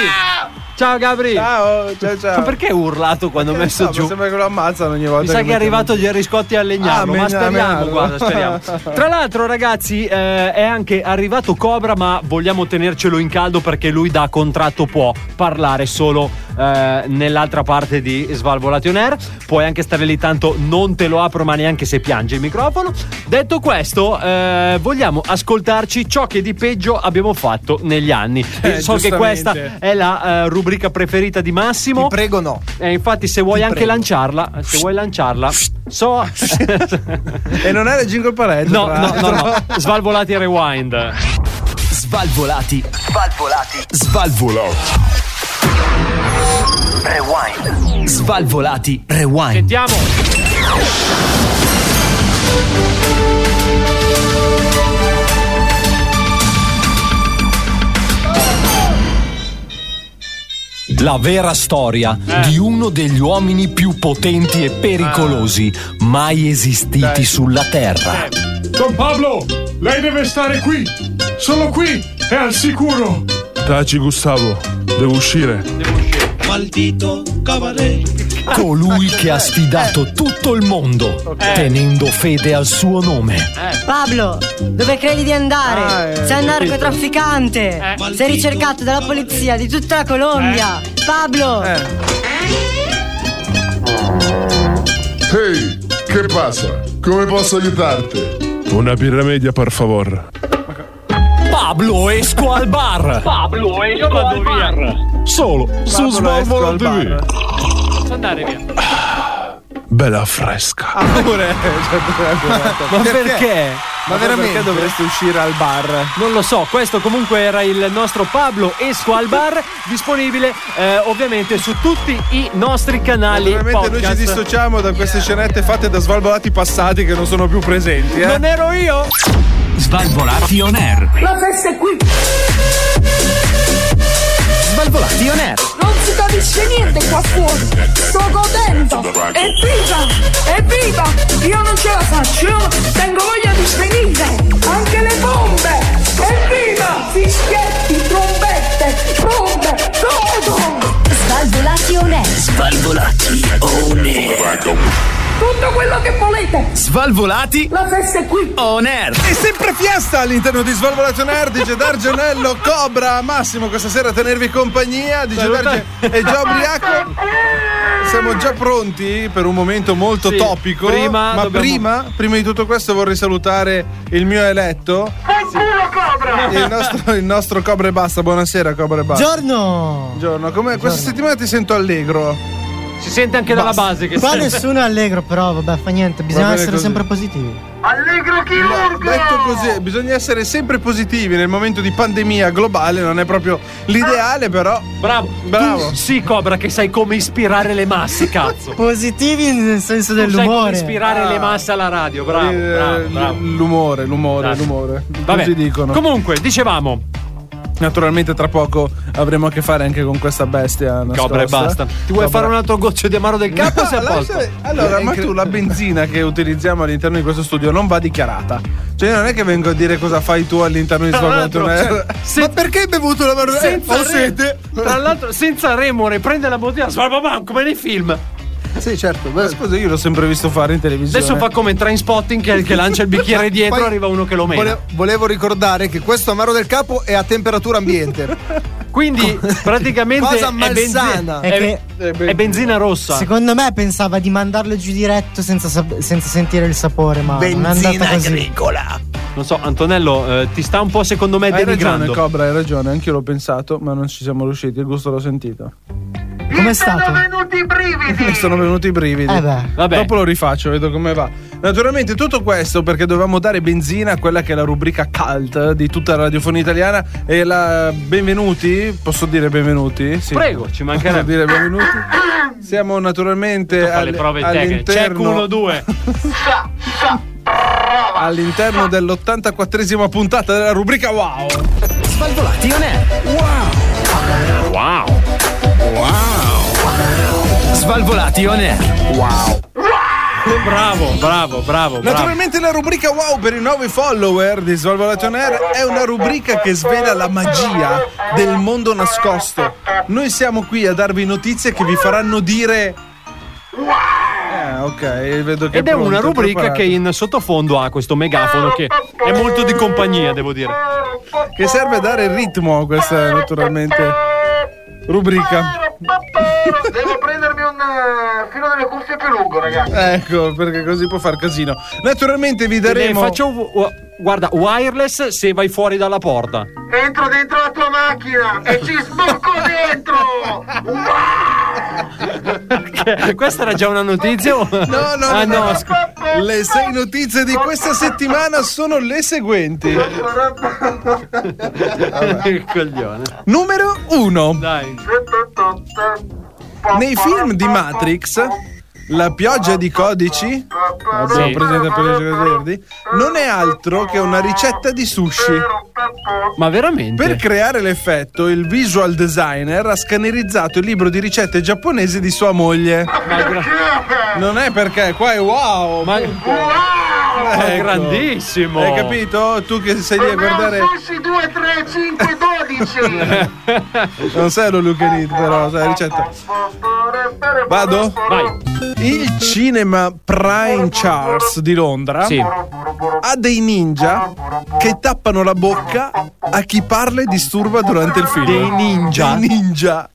S9: Ciao, Gabri.
S8: Ciao, ciao, ciao.
S9: Ma perché hai urlato quando ho messo
S8: No,
S9: giù?
S8: mi sembra che lo ammazzano ogni volta.
S9: Mi sa che è
S8: mettiamo-
S9: arrivato Gerry Scotti a Legnano,
S8: Ah,
S9: ma
S8: Legnano.
S9: speriamo, guarda, speriamo. Tra l'altro, ragazzi, eh, è anche arrivato Cobra, ma vogliamo tenercelo in caldo perché lui da contratto può parlare solo eh, nell'altra parte di Svalvolation Air. Puoi anche stare lì tanto non te lo apro, ma neanche se piange il microfono. Detto questo, eh, vogliamo ascoltarci ciò che di peggio abbiamo fatto negli anni.
S10: Eh,
S9: so che
S10: giustamente.
S9: questa è la eh, rubrica preferita di Massimo.
S10: Ti prego no.
S9: E Eh, infatti, se vuoi
S10: Ti
S9: anche
S10: prego.
S9: lanciarla, se vuoi lanciarla, so.
S10: [LAUGHS]
S8: E non è la jingle parade.
S9: No,
S8: tra
S9: no, no,
S8: l'altro.
S9: no. Svalvolati e rewind.
S7: Svalvolati. Svalvolati. Svalvolati. Rewind. Svalvolati. Rewind.
S9: Sentiamo.
S20: La vera storia
S9: Eh.
S20: di uno degli uomini più potenti e pericolosi
S9: Ah.
S20: mai esistiti sulla
S9: Eh.
S20: Terra.
S5: Don Pablo, lei deve stare qui. Solo qui è al sicuro.
S17: Taci Gustavo, devo uscire.
S20: Maldito Colui che ha
S9: Eh.
S20: sfidato tutto il mondo, tenendo fede al suo nome.
S16: Pablo, dove credi di andare?
S20: Ah, eh,
S16: Sei un
S20: capito. Eh,
S16: narcotrafficante. Sei ricercato dalla polizia di tutta la Colombia.
S20: Eh.
S16: Pablo,
S21: Ehi, che passa? Come posso aiutarti?
S17: Una birra media, per favor.
S20: Pablo esco al bar.
S9: Pablo e io vado via.
S20: Solo su Svalvolo TV.
S9: Posso andare via?
S17: Bella fresca.
S8: Ah, pure. Ma
S9: perché?
S8: Ma veramente?
S9: perché dovresti uscire al bar? Non lo so, questo comunque era il nostro Pablo Esco al [LAUGHS] bar, disponibile eh, ovviamente su tutti i nostri canali.
S8: Veramente noi
S9: podcast.
S8: ci dissociamo da queste scenette fatte da svalvolati passati che non sono più presenti. Eh?
S9: Non ero io!
S11: Svalvolati on air.
S1: La festa è qui!
S11: Svalvolati on air.
S1: Non si capisce niente qua fuori! Sto godendo! Evviva! Evviva! Io non ce la faccio! Io tengo voglia di svenire! Anche le bombe! Evviva! Fischietti, trombette, bombe, godo!
S6: Svalvolati on air.
S2: Svalvolati on
S1: Tutto quello che volete!
S11: Svalvolati.
S1: La festa è qui.
S11: On air.
S8: È sempre fiesta all'interno di Svalvolato Nerd, dice Dargenello, Cobra, Massimo questa sera a tenervi compagnia, dice
S11: Salutate.
S8: Darge è già ubriaco. Siamo già pronti per un momento molto
S9: Sì,
S8: topico,
S9: prima
S8: ma
S9: dobbiamo-
S8: prima, prima di tutto questo vorrei salutare il mio eletto, il nostro, il nostro Cobra e Basta, buonasera Cobra e Basta.
S16: Buongiorno!
S8: Buongiorno, come questa settimana ti sento allegro.
S9: Si sente anche dalla base che
S16: Qua
S9: sei-
S16: nessuno è allegro, però vabbè, fa niente, bisogna
S8: bene
S16: essere
S8: così.
S16: sempre positivi.
S19: Allegro chirurgo!
S8: Detto così, bisogna essere sempre positivi nel momento di pandemia globale, non è proprio l'ideale, però.
S9: Bravo,
S8: bravo.
S9: Tu sì, Cobra, che sai come ispirare
S8: [LAUGHS]
S9: le masse, cazzo.
S16: Positivi nel senso
S9: Sai come
S16: dell'umore.
S9: ispirare le masse alla radio, bravo,
S8: Eh,
S9: bravo, bravo.
S8: L'umore, l'umore,
S9: Dai.
S8: l'umore.
S9: Vabbè.
S8: Così dicono.
S9: Comunque, dicevamo.
S8: Naturalmente tra poco avremo a che fare anche con questa bestia. Nascosta.
S9: Cobra e basta. Ti vuoi fare un altro goccio di amaro
S8: [LAUGHS]
S9: del capo o sei a
S8: No,
S9: posto?
S8: lascia- Allora, ma tu la benzina che utilizziamo all'interno di questo studio non va dichiarata. Cioè, non è che vengo a dire cosa fai tu all'interno
S9: [LAUGHS]
S8: di
S9: Tra
S8: Svalvolato
S9: l'altro,
S8: Nerd.
S9: cioè,
S8: Ma eh, perché hai bevuto la Marone?
S13: Eh,
S9: Senza
S8: Ho
S9: re-
S8: sete.
S9: Tra l'altro, senza remore, prende la bottiglia, sbarbabam, come nei film.
S8: Sì, certo. Ma scusa, io l'ho sempre visto fare in televisione.
S9: Adesso fa come train spotting che, che lancia
S8: [LAUGHS]
S9: il bicchiere dietro,
S10: Poi-
S9: arriva uno che lo mena.
S10: Vole- volevo ricordare che questo amaro del capo è a
S19: [LAUGHS]
S10: temperatura ambiente.
S9: Quindi, [LAUGHS] praticamente
S10: Cosa
S9: è, benzina,
S10: malsana.
S9: è,
S10: È
S9: è benzina rossa.
S16: Secondo me pensava di mandarlo giù diretto senza, sap- senza sentire il sapore, ma non è andata così.
S9: Non so, Antonello, eh, ti sta un po' secondo me
S8: Hai ragione,
S9: denigrando.
S8: Cobra, hai ragione, anch'io l'ho pensato, ma non ci siamo riusciti, il gusto l'ho sentito.
S9: Vabbè,
S16: Com'è stato?
S19: venuti i
S9: Eh
S19: brividi.
S8: Mi sono venuti i brividi.
S16: Eh beh.
S8: Dopo lo rifaccio, vedo come va. Naturalmente tutto questo perché dovevamo dare benzina a quella che è la rubrica cult di tutta la radiofonia italiana e la benvenuti, posso dire benvenuti? Sì.
S9: Prego, Ah, ci mancherebbe.
S8: Posso dire benvenuti. Siamo naturalmente
S9: Fa le
S8: al-
S9: prove tecniche. Check
S8: all'interno
S9: 1, 2.
S8: all'interno dell'84esima puntata della rubrica Wow.
S11: Svalvolati on air. Wow. Wow. Wow. Svalvolati on air. Wow.
S9: Bravo, bravo, bravo. bravo.
S8: Naturalmente la rubrica Wow per i nuovi follower di Svalvolato on Air è una rubrica che svela la magia del mondo nascosto. Noi siamo qui a darvi notizie che vi faranno dire Eh, ok, vedo che
S9: Ed è
S8: pronto,
S9: una rubrica
S8: preparato.
S9: che in sottofondo ha questo megafono che è molto di compagnia, devo dire.
S8: che serve a dare ritmo a questa naturalmente rubrica.
S19: Devo prendermi un eh, filo delle cuffie più lungo, ragazzi.
S8: [LAUGHS] Ecco, perché così può far casino. Naturalmente vi daremo
S9: Ne Faccio un- u- guarda, wireless se vai fuori dalla porta.
S19: Entro dentro la tua macchina e ci sbocco dentro.
S9: [LAUGHS] Questa era già una notizia? No,
S8: No, no,
S9: ah,
S8: no, no.
S9: scu-
S8: Le sei notizie di questa settimana sono le seguenti.
S9: Che [LAUGHS] coglione.
S8: Numero 1.
S9: Dai.
S8: Nei film di Matrix, la pioggia di codici, l'abbiamo
S9: Sì.
S8: presente per il gioco di venerdì, non è altro che una ricetta di sushi.
S9: Ma veramente?
S8: Per creare l'effetto, il visual designer ha scannerizzato il libro di ricette giapponesi di sua moglie. Non è perché, qua è wow! Ma
S9: ecco.
S8: ecco.
S9: Ma è Oh, grandissimo.
S8: Hai capito? Tu che sei lì a guardare.
S19: Sushi 2, 3, 5, 12.
S8: [LAUGHS] Non sei lo Luke Reed, però, sai la ricetta. Vado?
S9: Vai.
S8: Il cinema Prime Charles di Londra
S9: Sì.
S8: ha dei ninja che tappano la bocca a chi parla e disturba durante il film.
S9: Dei ninja?
S8: Dei ninja.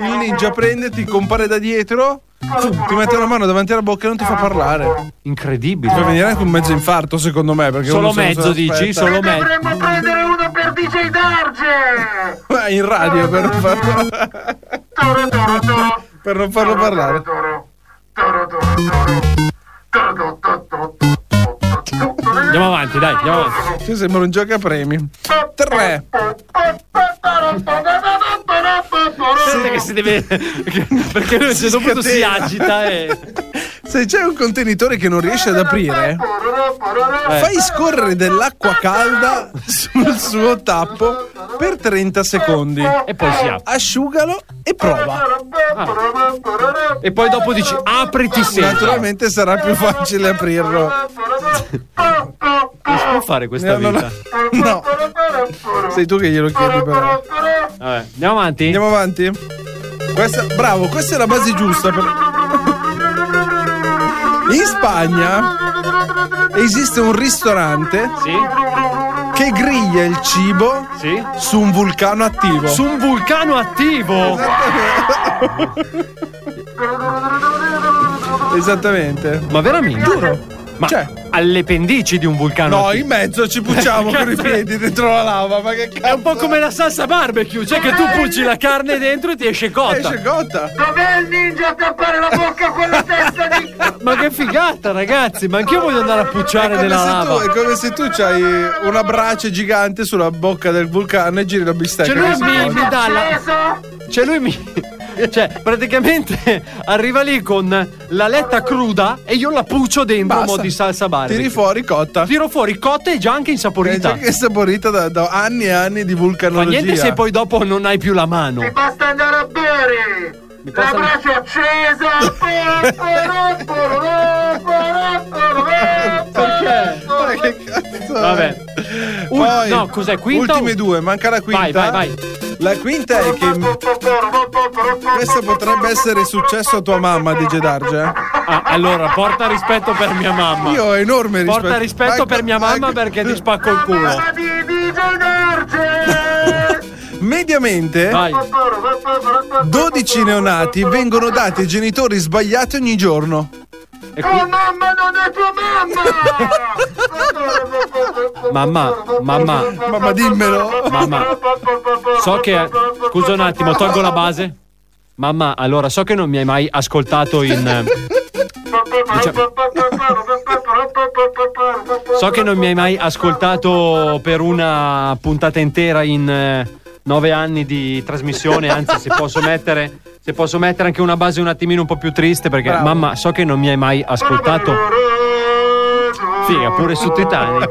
S8: Il ninja prende, ti compare da dietro, ti mette una mano davanti alla bocca e non ti fa parlare. Ti
S9: Incredibile.
S8: fa venire anche un mezzo infarto, secondo me. Perché
S9: Solo
S8: uno se non se
S9: mezzo,
S8: l'aspetta.
S9: dici? Solo mezzo.
S19: Dovremmo prendere uno per DJ Darge.
S8: Ma in radio per farlo. per non farlo parlare.
S9: Andiamo avanti, dai, andiamo avanti.
S8: Ci sembra un gioco a premi. 3.
S9: Sente che si deve. [LAUGHS] Perché lui se dopo si
S8: scatena.
S9: agita e.
S8: Se c'è un contenitore che non riesce ad aprire, fai scorrere dell'acqua calda sul suo tappo per 30 secondi.
S9: E poi si apre.
S8: Asciugalo e prova.
S9: E poi dopo dici apriti sempre.
S8: Naturalmente sarà più facile aprirlo.
S9: Come si può fare questa
S8: No, no,
S9: vita?
S8: No. Sei tu che glielo chiedi però.
S9: Vabbè, andiamo avanti.
S8: Andiamo avanti. Questa- bravo, questa è la base giusta. per- In Spagna esiste un ristorante che griglia il cibo
S9: Sì?
S8: su un vulcano attivo.
S9: Su un vulcano attivo.
S8: Esattamente.
S9: Ma veramente?
S8: Giuro.
S9: Ma
S8: Cioè-
S9: alle pendici di un vulcano
S8: No,
S9: attivo.
S8: in mezzo ci [LAUGHS] pucciamo con i piedi dentro la lava. Ma che
S9: È
S8: cazzo?
S9: un po' come la salsa barbecue, cioè che tu pucci la carne dentro e ti esce cotta.
S8: Esce cotta.
S19: Dov'è il ninja a tappare la bocca con la testa di...
S9: Ma che figata, ragazzi! Ma anch'io voglio andare a pucciare
S8: Ecco Come
S9: nella
S8: se tu-
S9: lava.
S8: è come se tu hai una brace gigante sulla bocca del vulcano e giri la bistecca.
S9: Cioè, lui
S8: Questa
S9: mi-
S8: cosa.
S9: mi dà la, Cioè lui mi. Cioè, praticamente [LAUGHS] arriva lì con l'aletta cruda e io la puccio dentro a
S8: Basta.
S9: mo' di salsa barbecue.
S8: Tiri fuori cotta.
S9: Tiro fuori cotta e Eh, già anche
S8: È
S9: insaporita.
S8: già che è saporita da, da anni e anni di
S9: Fa
S8: vulcanologia.
S9: Cioè, niente se poi dopo non hai più la mano.
S19: Basta andare a bere.
S9: Mi
S19: La
S9: passa-
S19: brace accesa.
S8: [LAUGHS]
S9: Perché?
S8: Ma che cazzo?
S9: Vabbè. Ul-
S8: Poi,
S9: no, cos'è? Quinta?
S8: Ultime due, manca la quinta.
S9: Vai, vai, vai.
S8: La quinta è che questo potrebbe essere successo a tua mamma, dice Darge. eh?
S9: Ah, allora, porta rispetto per mia mamma.
S8: Io ho enorme rispetto.
S9: Porta rispetto
S8: Manca-
S9: per mia mamma
S8: manca-
S9: perché ti spacco il culo.
S19: Mamma di DJ Darge.
S8: Mediamente
S9: Vai.
S8: 12 neonati vengono dati ai genitori sbagliati ogni giorno.
S9: E
S19: Tua
S9: qui-
S19: mamma non è tua mamma.
S8: [LAUGHS]
S9: Mamma, mamma,
S8: Mamma dimmelo.
S9: mamma. So che. Scusa un attimo, tolgo la base. Mamma, allora so che non mi hai mai ascoltato in. eh, diciamo- so che non mi hai mai ascoltato per una puntata intera in eh, nove anni di trasmissione. Anzi, se posso mettere. Se posso mettere anche una base un attimino un po' più triste, perché mamma, so che non mi hai mai ascoltato. Figa, pure su Titanic.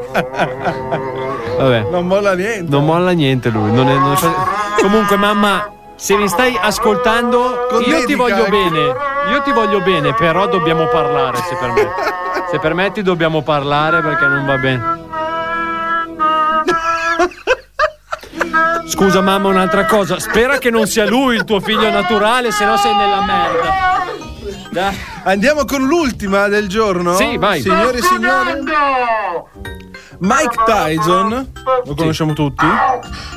S9: Vabbè.
S8: Non molla niente.
S9: Non molla niente lui. non è- non è fa- Comunque, mamma, se mi stai ascoltando, io ti
S8: dedica
S9: voglio
S8: anche.
S9: bene. Io ti voglio bene, però dobbiamo parlare. Se permetti, se permetti, dobbiamo parlare perché non va bene. Scusa, mamma, un'altra cosa. Spera che non sia lui il tuo figlio naturale, se no sei nella merda.
S8: Andiamo con l'ultima del giorno.
S9: Sì, vai.
S8: Signore e signori. Mike Tyson, lo conosciamo tutti.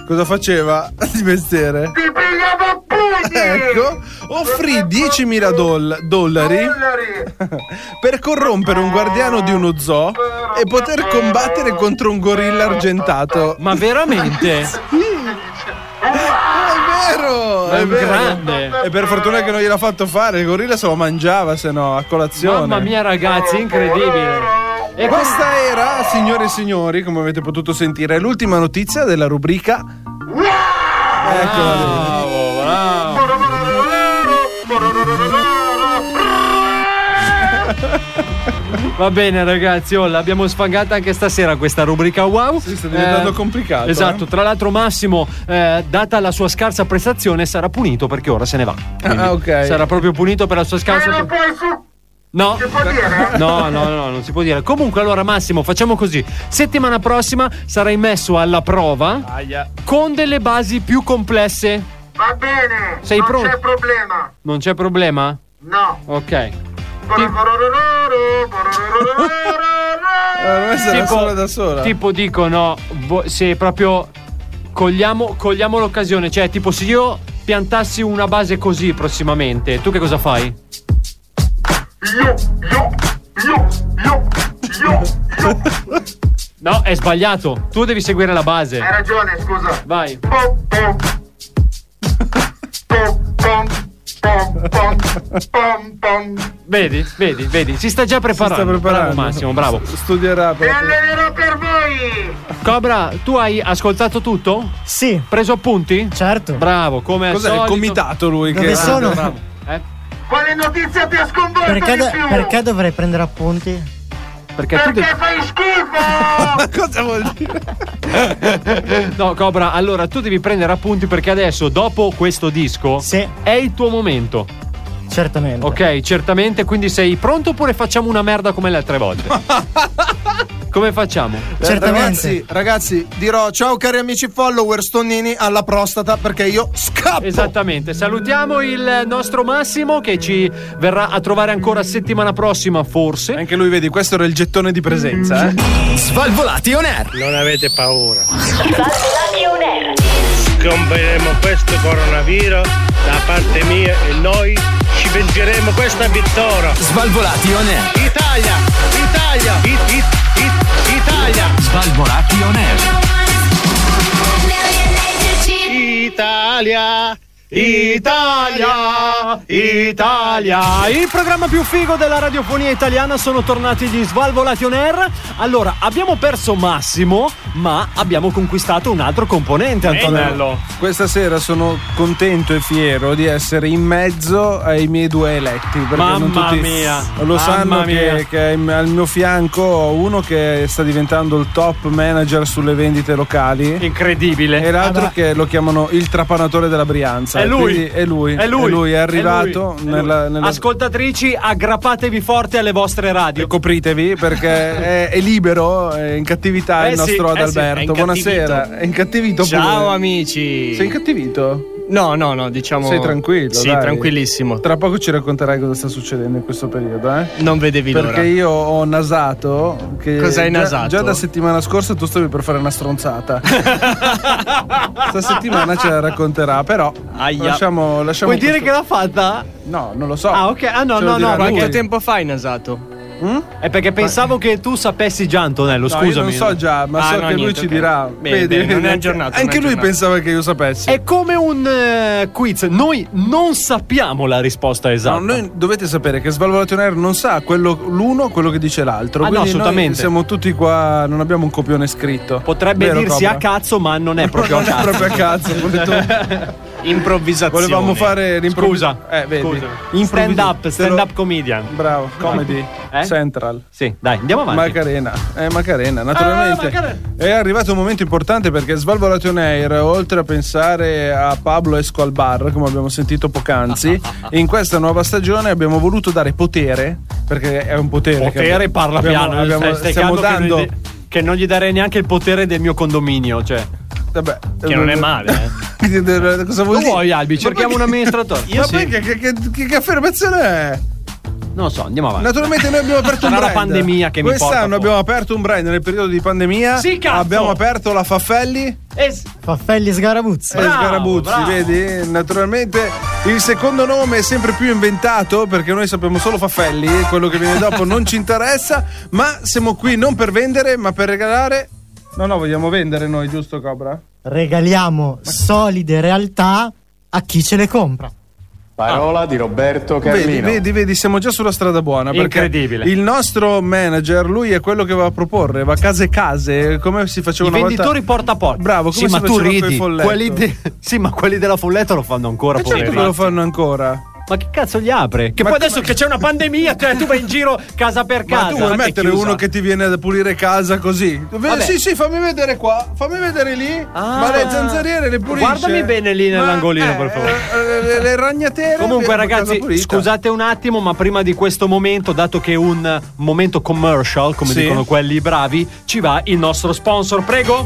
S8: Cosa faceva [LAUGHS] di mestiere? Ecco, offrì 10.000 doll- dollari [LAUGHS] per corrompere un guardiano di uno zoo e poter combattere contro un gorilla argentato.
S9: Ma veramente?
S8: È vero,
S9: Ma è
S8: è
S9: un
S8: vero.
S9: grande.
S8: E per fortuna che non gliel'ha fatto fare, il gorilla se lo mangiava, se no, a colazione.
S9: Mamma mia, ragazzi, incredibile.
S8: E questa era, signore e signori, come avete potuto sentire, l'ultima notizia della rubrica. Eccola lì.
S9: Ecco. Va bene ragazzi, oh, l'abbiamo sfangata anche stasera questa rubrica wow.
S8: sta diventando complicato, eh.
S9: Esatto, tra l'altro Massimo, eh, data la sua scarsa prestazione, sarà punito perché ora se ne va. Quindi
S8: Ah, ok.
S9: Sarà proprio punito per la sua scarsa prestazione. No. No, no, no, non si può dire. Comunque, allora, Massimo, facciamo così: settimana prossima sarai messo alla prova con delle basi più complesse.
S1: Va bene,
S9: Sei
S1: non
S9: pronto?
S1: c'è problema.
S9: Non c'è problema?
S1: No.
S9: Ok.
S8: Allora, Ah, questa era sola da sola. [LAUGHS]
S9: tipo dicono vo- se proprio cogliamo, cogliamo l'occasione, cioè tipo se io piantassi una base così prossimamente, tu che cosa fai? No, è sbagliato. Tu devi seguire la base.
S1: Hai ragione, scusa. Oh.
S9: Vai. Vedi, vedi, vedi, si sta già preparando.
S8: preparando.
S9: Bravo Massimo, bravo.
S8: Studierà
S1: E
S8: proprio.
S1: allenerò per voi.
S9: Cobra, tu hai ascoltato tutto?
S16: Sì.
S9: Preso appunti?
S16: Certo.
S9: Bravo, come al
S8: Cos'è il
S9: solito. Eh?
S8: comitato lui che
S16: Dove sono?
S8: Bravo.
S1: Quale notizia ti ha sconvolto
S16: Perché,
S1: di
S16: do-
S1: più?
S16: perché dovrei prendere appunti?
S9: Perché tu devi-
S1: fai schifo!
S8: [LAUGHS] Cosa vuol dire?
S9: No, Cobra, allora tu devi prendere appunti perché adesso, dopo questo disco, è il tuo momento.
S16: Certamente.
S9: Ok, certamente, quindi sei pronto oppure facciamo una merda come le altre volte? come facciamo?
S10: Ragazzi, ragazzi, dirò ciao cari amici follower Stonini alla prostata perché io scappo.
S22: Esatto.
S9: Esattamente, salutiamo il nostro Massimo che ci verrà a trovare ancora settimana prossima, forse.
S8: Anche lui, vedi, questo era il gettone di presenza, eh?
S11: Svalvolati on air.
S23: Non avete paura. Scomperemo questo coronavirus da parte mia e noi ci vengeremo questa vittoria.
S11: Svalvolati on air.
S23: Italia, Italia, it, it, it, Italia.
S11: Svalvolati on air.
S23: Italia.
S9: Italia, Italia. Il programma più figo della radiofonia italiana sono tornati gli Svalvolati on Air. Allora, abbiamo perso Massimo, ma abbiamo conquistato un altro componente, Antonello.
S8: Questa sera sono contento e fiero di essere in mezzo ai miei due eletti. Perché non
S9: Mamma
S8: tutti
S9: mia,
S8: Lo sanno
S9: mamma mia.
S8: che, che è al mio fianco ho uno che sta diventando il top manager sulle vendite locali.
S9: Incredibile.
S8: E l'altro che lo chiamano il trapanatore della Brianza.
S9: È lui.
S8: Quindi è lui.
S9: È lui.
S8: è
S9: È
S8: arrivato
S9: lui. È lui.
S8: nella- nella-
S9: Ascoltatrici, aggrappatevi forte alle vostre radio.
S8: Copritevi perché è, è libero, è in cattività
S22: Eh
S8: il
S22: sì, eh
S8: nostro
S22: sì, è
S8: Adalberto.
S22: incattivito.
S8: Buonasera, è incattivito
S22: Ciao
S8: pure.
S22: amici.
S8: Sei incattivito?
S22: No, no, no, diciamo.
S8: Sei tranquillo.
S22: Sì,
S8: dai.
S22: tranquillissimo.
S8: Tra poco ci racconterai cosa sta succedendo in questo periodo, eh?
S22: Non vedevi
S8: Perché
S22: l'ora.
S8: io ho nasato. Che
S22: Cosa hai
S8: già-
S22: nasato?
S8: Già da settimana scorsa tu stavi per fare
S22: [LAUGHS]
S8: una stronzata. Sta settimana ce la racconterà, però. Lasciamo, lasciamo
S22: Vuoi dire
S8: questo-
S22: l'ha fatta?
S8: No, non lo so.
S22: Ah, ok. Ah, no,
S8: Ce lo
S22: no,
S8: dirà
S22: no.
S8: lui.
S22: Quanto tempo fa hai nasato?
S9: È perché pensavo che tu sapessi già, Antonello.
S8: No, io
S9: Scusami.
S8: non so già,
S22: Ah,
S8: ma so che lui ci dirà. Vedi, vedi, Anche lui pensava che io sapessi.
S9: È come un eh, quiz. Noi non sappiamo la risposta esatta.
S8: No, noi dovete sapere che Svalvolato Air non sa quello, l'uno quello che dice l'altro.
S9: Ah, no,
S8: quindi noi
S9: assolutamente.
S8: siamo tutti qua, non abbiamo un copione scritto.
S9: Potrebbe
S8: Vero,
S9: dirsi
S8: Cobra?
S9: a cazzo, ma non
S8: [LAUGHS]
S9: è proprio a
S8: Non è
S9: cazzo.
S8: proprio a cazzo, pure
S9: [LAUGHS] Improvvisazione.
S8: Volevamo fare l'improvviso-
S9: Scusa.
S8: Eh, vedi.
S9: Scusa.
S8: Improvviso-
S9: Stand up,
S8: te
S9: stand
S8: lo-
S9: up comedian.
S8: Bravo, comedy
S9: Eh?
S8: central.
S9: Sì, dai, andiamo avanti.
S8: Macarena, eh, Macarena,
S9: Ah,
S8: naturalmente. È arrivato un momento importante perché Svalvolato on Air, oltre a pensare a Pablo Escobar, come abbiamo sentito
S9: [LAUGHS]
S8: poc'anzi, in questa nuova stagione abbiamo voluto dare potere, perché è un potere. che
S9: Potere
S8: abbiamo-
S9: parla
S8: abbiamo-
S9: piano. eh,
S8: abbiamo-
S9: stai- stai
S8: stiamo
S9: calmo
S8: dando.
S9: Che non, gli, che non gli darei neanche il potere del mio condominio, cioè.
S8: Vabbè.
S9: Che non è male, eh.
S8: [LAUGHS] Cosa vuol
S9: Lo
S8: dire?
S9: vuoi, Albi?
S8: Ma
S9: Cerchiamo
S8: perché-
S9: un amministratore.
S8: Ma
S9: Io sì.
S8: perché? Che, che- che- che affermazione è?
S9: Non lo so, andiamo avanti.
S8: Naturalmente noi abbiamo aperto un
S9: Sarà
S8: brand.
S9: la pandemia che mi porta
S8: Quest'anno abbiamo aperto un brand nel periodo di pandemia.
S9: Sì, cazzo!
S8: Abbiamo aperto la Faffelli.
S16: Faffelli Sgarabuzzi.
S8: Eh, Sgarabuzzi, Eh, vedi? Naturalmente il secondo nome è sempre più inventato perché noi sappiamo solo Faffelli, quello che viene dopo non ci interessa, ma siamo qui non per vendere, ma per regalare. No, no, vogliamo vendere noi, giusto Cobra?
S16: Regaliamo solide realtà a chi ce le compra.
S8: Parola di Roberto Vedi,
S16: Carlino.
S8: vedi, vedi, siamo già sulla strada buona. Perché
S9: Incredibile.
S8: Il nostro manager, lui è quello che va a proporre, va case e case, come si faceva
S9: I
S8: una
S9: venditori
S8: volta.
S9: porta a porta.
S8: Bravo, come
S9: sì,
S8: si
S9: ma tu
S8: faceva coi
S9: ridi.
S8: folletto.
S9: Quelli de- [LAUGHS] sì, ma quelli della folletta lo fanno ancora.
S8: E certo che
S9: poverini.
S8: lo fanno ancora.
S9: Ma che cazzo gli apre? Che
S8: Ma-
S9: poi adesso che c'è una pandemia, cioè, tu vai in giro casa per casa.
S8: Ma tu vuoi
S9: non è che è
S8: mettere
S9: chiusa.
S8: uno che ti viene a pulire casa così?
S9: Vabbè. Ah.
S8: Sì, sì, fammi vedere qua, fammi vedere lì. ma le zanzariere le pulisce.
S9: Guardami bene lì
S8: Ma,
S9: nell'angolino,
S8: eh,
S9: per favore.
S8: eh, le, le ragnatele.
S9: Comunque,
S8: vengono a casa
S9: ragazzi,
S8: pulita.
S9: scusate un attimo, ma prima di questo momento, dato che è un momento commercial, come
S8: Sì.
S9: dicono quelli bravi, ci va il nostro sponsor, prego.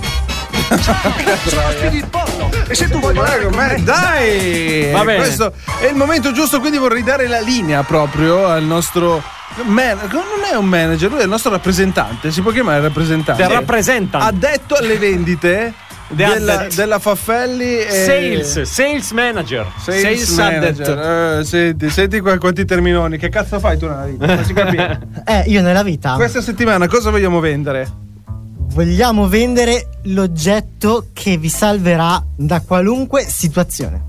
S8: E se tu vuoi parlare con me, dai!
S9: Va bene.
S8: Questo è il momento giusto, quindi vorrei dare la linea proprio al nostro. man- non è un manager, lui è il nostro rappresentante. Si può chiamare rappresentante.
S9: Del rappresentant.
S8: Addetto alle vendite
S9: The
S8: della,
S9: addet.
S8: della Faffelli e.
S9: Sales, sales manager,
S8: eh. Sales,
S9: addet.
S8: manager. Eh, senti, senti qua quanti terminoni. Che cazzo fai tu nella vita? Non si
S9: [LAUGHS]
S8: capisce.
S16: Eh, io nella vita
S8: Questa settimana cosa vogliamo vendere?
S16: vogliamo vendere l'oggetto che vi salverà da qualunque situazione.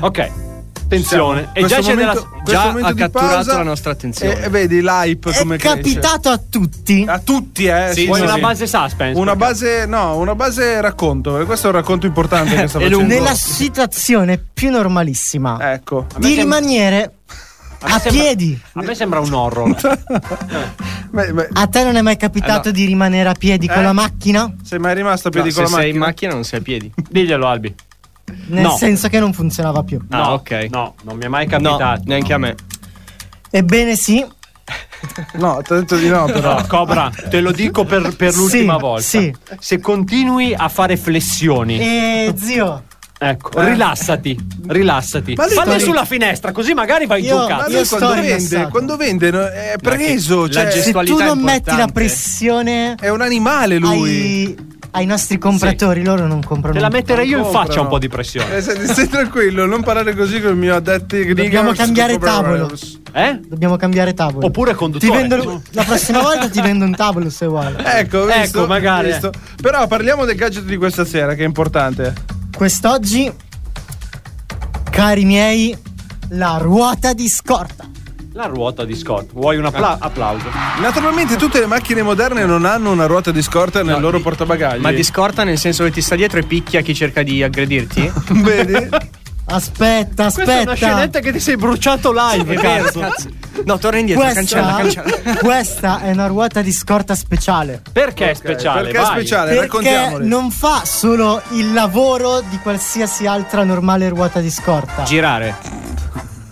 S9: Ok, attenzione. E già,
S8: Questo
S9: c'è della-
S8: momento- questo
S9: già
S8: momento
S9: ha
S8: di
S9: catturato
S8: pausa
S9: la nostra attenzione.
S8: E, e vedi l'hype
S16: È
S8: come cresce.
S16: capitato a tutti.
S8: A tutti, eh?
S9: Sì, vuoi una base suspense?
S8: Una base, no, una base racconto. perché Questo è un racconto importante
S22: Eh,
S8: che sta facendo.
S16: Nella situazione più normalissima.
S8: Ecco.
S16: Di rimanere
S9: me
S16: a
S9: sembra-
S16: piedi.
S9: A me sembra un horror.
S8: Beh, beh,
S16: A te non è mai capitato
S8: Eh, no.
S16: di rimanere a piedi
S8: Eh?
S16: con la macchina?
S8: sei mai rimasto a piedi
S22: No,
S8: con
S22: se
S8: la
S22: sei in
S8: macchina?
S22: macchina non sei a piedi.
S9: Diglielo, Albi.
S16: Nel
S9: No.
S16: senso che non funzionava più.
S9: No, ok. No, non mi è mai capitato.
S22: neanche a me.
S16: Ebbene sì.
S8: No, ti ho detto di no, però.
S9: No, Cobra, te lo dico per, per
S16: Sì,
S9: l'ultima volta.
S16: sì.
S9: Se continui a fare flessioni, [LAUGHS]
S16: E zio,
S9: ecco, rilassati, rilassati.
S8: Ma lui
S9: Falle
S8: sta-
S9: sulla finestra, così magari vai
S16: [LAUGHS] Io-
S9: giù
S8: Ma
S9: cazzo.
S8: lui
S16: Io
S8: quando
S16: sto
S8: vende,
S16: rilassato.
S8: quando vende no, è preso. Cioè,
S16: se tu non metti la pressione
S8: è un animale lui.
S16: ai, ai nostri compratori, loro non comprano.
S9: Te la metterei io in
S8: comprano.
S9: faccia un po' di pressione.
S8: Eh, senti, stai tranquillo, non parlare così con il mio addetto.
S16: Dobbiamo cambiare tavolo.
S9: Eh?
S16: Dobbiamo cambiare tavolo.
S9: Oppure
S16: Ti
S9: conduttore. [LAUGHS]
S16: vendo, la prossima volta ti vendo un tavolo se vuoi.
S8: Ecco, ho
S9: Ecco,
S8: visto, ho
S9: magari.
S8: visto. Però parliamo del gadget di questa sera, che è importante.
S16: Quest'oggi, cari miei, la ruota di scorta.
S9: La ruota di Scott. Vuoi un appla- applauso?
S8: Naturalmente tutte le macchine moderne non hanno una ruota di scorta nel loro portabagagli.
S22: Ma di scorta nel senso che ti sta dietro e picchia chi cerca di
S16: [LAUGHS]
S22: aggredirti? [LAUGHS]
S8: Vedi?
S16: Aspetta,
S9: Questa è una
S16: aspetta.
S9: scenetta che ti sei bruciato live, cazzo.
S22: No, torna indietro,
S16: Questa,
S22: cancella, cancella.
S16: [LAUGHS] questa è una ruota di scorta speciale.
S9: Perché è speciale?
S8: perché è
S9: Vai.
S8: speciale?
S16: Perché
S8: Raccontiamoli.
S16: non fa solo il lavoro di qualsiasi altra normale ruota di scorta.
S22: Girare.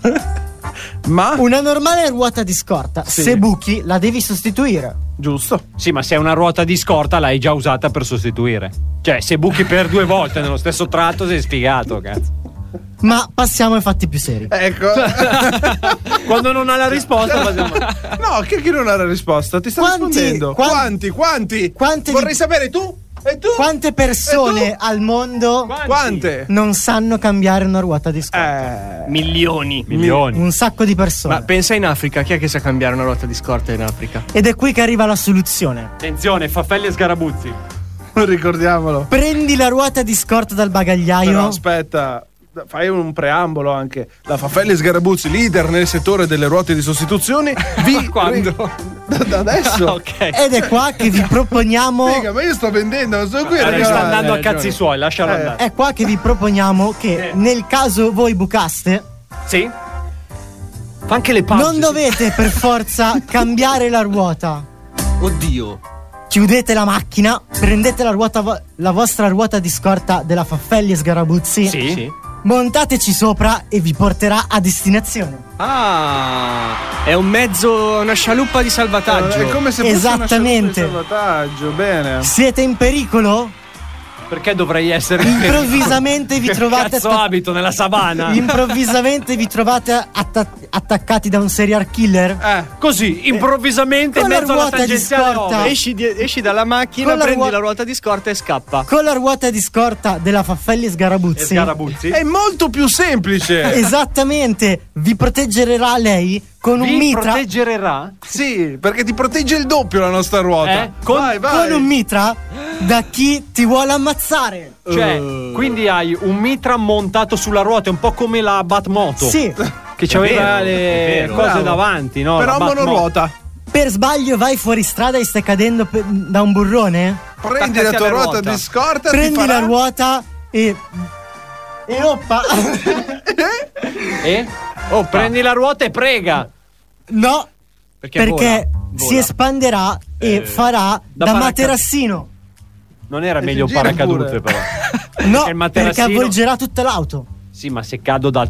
S8: [LAUGHS] Ma
S16: Una normale ruota di scorta,
S8: Sì.
S16: se buchi, la devi sostituire.
S8: giusto.
S9: Sì, ma se è una ruota di scorta l'hai già usata per sostituire. Cioè, se buchi per due volte nello stesso tratto sei sfigato, cazzo.
S8: [LAUGHS]
S16: Ma passiamo ai fatti più seri.
S22: [LAUGHS]
S8: Ecco.
S9: Quando non ha la risposta,
S8: [LAUGHS]
S9: facciamo-
S8: no, che chi non ha la risposta? Ti sta
S16: Quanti-
S8: rispondendo.
S16: quan-
S8: quanti? Quanti?
S16: quanti di-
S8: Vorrei sapere tu.
S16: Quante persone al mondo
S8: Eh, Quante? Eh,
S16: non sanno cambiare una ruota di scotto?
S22: Milioni.
S16: Un sacco di persone.
S22: Ma pensa in Africa, chi è che sa cambiare una ruota di scorta in Africa?
S16: Ed è qui che arriva la soluzione.
S9: Attenzione, Fafelli e Sgarabuzzi.
S8: Ricordiamolo.
S16: Prendi la ruota di scorta dal bagagliaio.
S8: Però aspetta, fai un preambolo anche. La Fafelli Sgarabuzzi, leader nel settore delle ruote di sostituzione,
S16: [LAUGHS]
S9: Ah,
S8: vi quando? Da, da
S9: [LAUGHS]
S8: adesso.
S16: Ed è qua che vi proponiamo.
S8: Figa, ma io sto vendendo, non sono qui a
S9: Sta
S8: regalare.
S9: andando a cazzi suoi, lascialo
S16: Eh,
S9: andare.
S16: È qua che vi proponiamo
S8: Eh.
S16: che nel caso voi bucaste.
S9: Sì. Fa anche le pause.
S16: Non dovete per forza cambiare la ruota.
S20: Oddio.
S16: Chiudete la macchina, prendete la, ruota vo- la vostra ruota di scorta della Faffelli e Sgarabuzzi.
S20: Sì. Sì.
S16: Montateci sopra e vi porterà a destinazione.
S22: Ah, è un mezzo, una scialuppa di salvataggio.
S8: È come se fosse
S16: Esattamente.
S8: una scialuppa di salvataggio, bene.
S16: Siete in pericolo?
S9: Perché dovrei essere
S16: Improvvisamente vi
S9: Che
S16: trovate
S9: cazzo
S16: atta-
S9: abito nella savana.
S16: Improvvisamente vi trovate atta- attaccati da un serial killer?
S9: Eh. Così, improvvisamente
S16: Eh. Con
S9: in
S16: la
S9: mezzo alla
S16: ruota di
S9: tangenziale
S16: scorta.
S9: ovest.
S22: Esci, di- esci dalla macchina,
S16: Con la
S22: prendi
S16: ruo-
S22: la ruota di scorta e scappa.
S16: Con la ruota di scorta della Faffelli e Sgarabuzzi.
S8: È molto più
S16: [LAUGHS]
S8: semplice.
S16: Esattamente, vi proteggerà lei con un mitra.
S9: proteggerà?
S8: Sì, perché ti protegge il doppio la nostra ruota.
S16: Eh? con un mitra da chi ti vuole ammazzare.
S9: Cioè,
S16: Uh.
S9: quindi hai un mitra montato sulla ruota, è un po' come la Batmoto.
S16: Sì.
S9: Che c'aveva le cose
S16: Bravo.
S9: davanti, no? La Batmoto.
S16: Per sbaglio vai fuori strada e stai cadendo pe- da un burrone?
S8: Prendi la tua ruota, di scorta, ti
S16: Prendi
S8: farà- [LAUGHS]
S16: la ruota e. E oppa!
S9: Eh? Oh, prendi la ruota e prega.
S16: No!
S9: Perché
S16: perché
S9: vola, vola.
S16: si espanderà e
S9: Eh,
S16: farà
S9: da
S16: da,
S9: paraca-
S16: materassino.
S9: Non era meglio un
S16: gira
S22: [LAUGHS]
S9: paracadute, però. il
S16: No, perché
S9: materassino-
S16: avvolgerà tutta l'auto.
S9: Sì, ma se cado da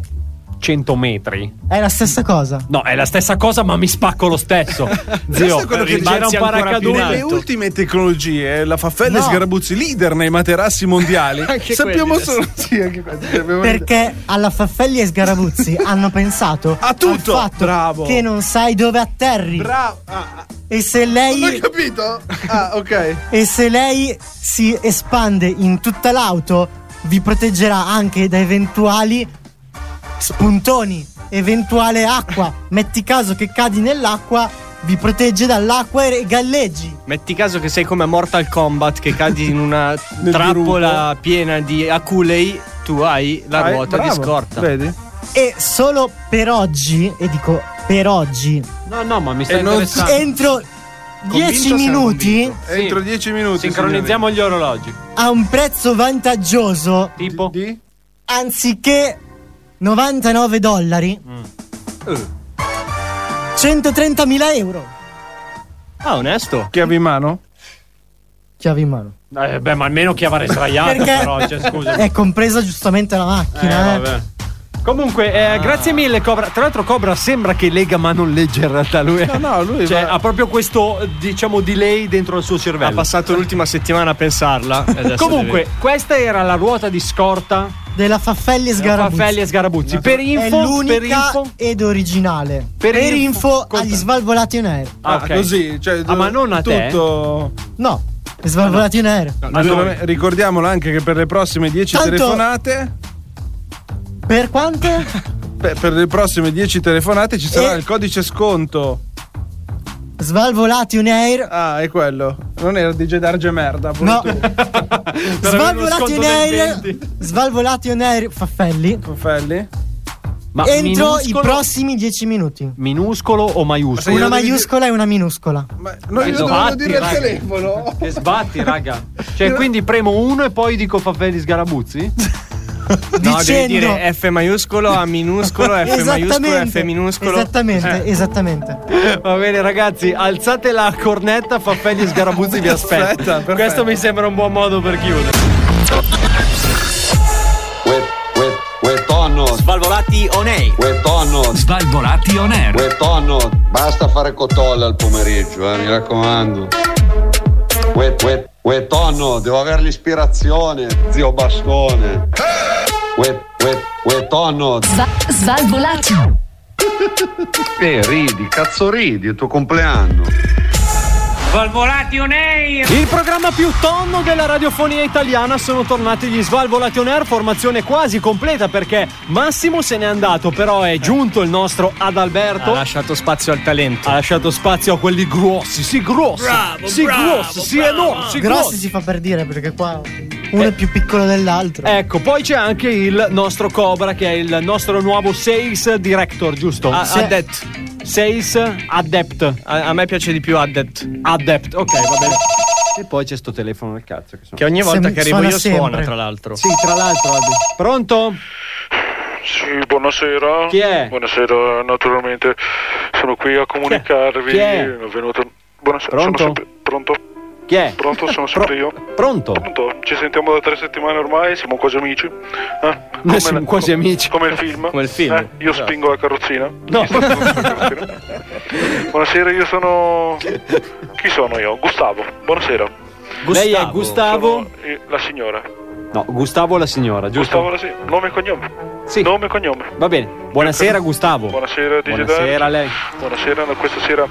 S9: 100 metri.
S16: È la stessa cosa.
S9: No, è la stessa cosa, ma mi spacco lo stesso.
S8: Questo
S9: Zio,
S8: è quello che
S9: c'era un
S8: Nelle
S9: paracadute.
S8: ultime tecnologie, eh, la Faffella e
S16: No.
S8: Sgarabuzzi, leader nei materassi
S9: [LAUGHS]
S8: mondiali, sappiamo solo Sì, anche quelli, sì, abbiamo-
S16: Perché alla Faffelli e Sgarabuzzi hanno pensato a
S8: tutto.
S16: al fatto
S8: Bravo.
S16: che non sai dove atterri.
S8: Bravo.
S16: E se
S8: Non ho
S16: lei
S8: capito? Ah, ok.
S16: e se lei si espande in tutta l'auto, vi proteggerà anche da eventuali spuntoni, eventuale acqua. Metti caso che cadi nell'acqua, vi protegge dall'acqua e galleggi.
S22: Metti caso che sei come a Mortal Kombat che cadi in una trappola piena di aculei, tu hai la
S16: Ah, eh,
S22: ruota di
S16: bravo.
S22: scorta.
S8: Vedi?
S16: E solo per oggi, e dico per oggi,
S9: No, no, ma mi sta
S16: E non-
S9: interessando.
S16: entro 10 minuti
S9: Sì.
S8: Entro 10 minuti.
S9: Sincronizziamo gli orologi.
S16: a un prezzo vantaggioso,
S9: Tipo?
S16: anziché 99 dollari, 130.000 euro.
S22: Ah, onesto.
S8: Chiavi in mano?
S16: Chiavi in mano.
S9: Eh, beh, ma almeno chiavare sdraiato,
S16: Perché-
S9: però, cioè, scusa.
S16: È compresa giustamente la macchina. eh.
S9: Comunque, eh, grazie mille, Cobra. Tra l'altro, Cobra sembra che lega, ma non legge in realtà. Lui,
S8: No, no, lui
S9: Cioè,
S8: va-
S9: ha proprio questo, diciamo, delay dentro il suo cervello. Eh.
S22: Ha passato l'ultima settimana a
S9: [LAUGHS]
S22: pensarla. e adesso
S9: Comunque,
S22: deve-
S9: questa era la ruota di scorta
S16: Della Faffelli e Sgarabuzzi.
S9: Faffelli e Sgarabuzzi. Per
S16: è
S9: info,
S16: l'unica
S9: per info.
S16: ed originale.
S9: Per
S16: Per,
S9: info-
S16: info, agli svalvolati on air.
S9: Ah, ok.
S8: così, cioè,
S9: Ah, ma non a te?
S8: tutto.
S16: No, gli svalvolati on air.
S9: Ma noi-
S8: Ricordiamolo anche che per le prossime 10
S16: Tanto-
S8: telefonate.
S16: Per quante?
S8: Per, per le prossime 10 telefonate ci sarà
S16: E-
S8: il codice sconto.
S16: Svalvolati on air.
S8: Ah, è quello. Non era DJ Darge merda. pure
S16: No.
S8: tu.
S16: Svalvolati on air. Svalvolati on air. Faffelli.
S9: [LAUGHS]
S8: Faffelli.
S9: Ma
S16: Entro
S9: minuscolo-
S16: i prossimi 10 minuti.
S9: Minuscolo o maiuscolo?
S16: Una maiuscola e una minuscola.
S8: No, io dovevo
S22: Ah,
S9: Sbatti,
S8: dire al
S9: raga.
S8: telefono.
S9: Che sbatti, raga. Cioè, quindi premo uno e poi dico Faffelli Sgarabuzzi?
S22: No, Ah, devi
S16: dicendo-
S22: dire F maiuscolo, A minuscolo, F maiuscolo, F minuscolo.
S8: Eh.
S22: Eh.
S16: Esattamente, esattamente.
S9: [LAUGHS] Va bene, ragazzi, alzate la cornetta, Faffelli Sgarabuzzi vi aspetta. Questo mi sembra un buon modo per chiudere.
S24: tonno. Svalvolati on air. tonno. Svalvolati on air. tonno. Basta fare cotolla al pomeriggio, eh, mi raccomando. Uè, uè, uè, tonno, devo avere l'ispirazione, zio bastone. Uè, uè, uè, tonno.
S6: Sva- svalvolati.
S24: Eh, ridi, cazzo ridi, è il tuo compleanno.
S25: Svalvolati on air!
S9: Il programma più tonno della radiofonia italiana sono tornati gli Svalvolati on air, formazione quasi completa perché Massimo se n'è andato, però è giunto il nostro Adalberto.
S3: Ha lasciato spazio al talento.
S9: Ha lasciato spazio a quelli grossi, sì grossi,
S16: Bravo,
S9: sì
S16: bravo,
S9: grossi, sì
S16: bravo.
S9: enormi, sì
S16: Grossi
S9: grossi.
S16: si fa per dire perché qua uno è più piccolo dell'altro.
S9: Ecco, poi c'è anche il nostro Cobra che è il nostro nuovo sales director, giusto?
S3: A-
S9: Sì.
S3: Ah, adept.
S9: Sales adept.
S3: A, a me piace di più adept.
S9: Adept, ok, va bene. E poi c'è sto telefono del cazzo. Che, sono-
S3: Che ogni volta
S9: Sem-
S3: che arrivo
S9: suona
S3: io suona,
S9: sempre.
S3: tra l'altro.
S9: Sì, tra l'altro, Albi. Pronto?
S8: Sì, buonasera.
S9: Chi è?
S8: Buonasera, naturalmente sono qui a comunicarvi.
S9: Chi è?
S8: È venuto- Buonasera,
S9: Pronto?
S8: sono sempre- Pronto?
S9: Chi è?
S8: Pronto, sono sempre io.
S9: Pronto?
S8: Pronto? Ci sentiamo da tre settimane ormai, siamo quasi amici. Eh?
S9: Noi siamo quasi
S8: [LAUGHS]
S9: amici.
S8: Come il film?
S9: Come il film,
S8: Eh, Io
S9: esatto.
S8: spingo la carrozzina.
S9: No.
S8: Buonasera, io sono... Chi sono io? Gustavo. Buonasera.
S9: Lei è Gustavo?
S8: Sono, eh, la signora.
S9: No, Gustavo la signora, giusto?
S8: Gustavo, la si- nome e cognome. Nome e cognome.
S9: Va bene. Buonasera Gustavo.
S8: Buonasera Digitale.
S9: Buonasera a lei.
S8: Buonasera, no, questa sera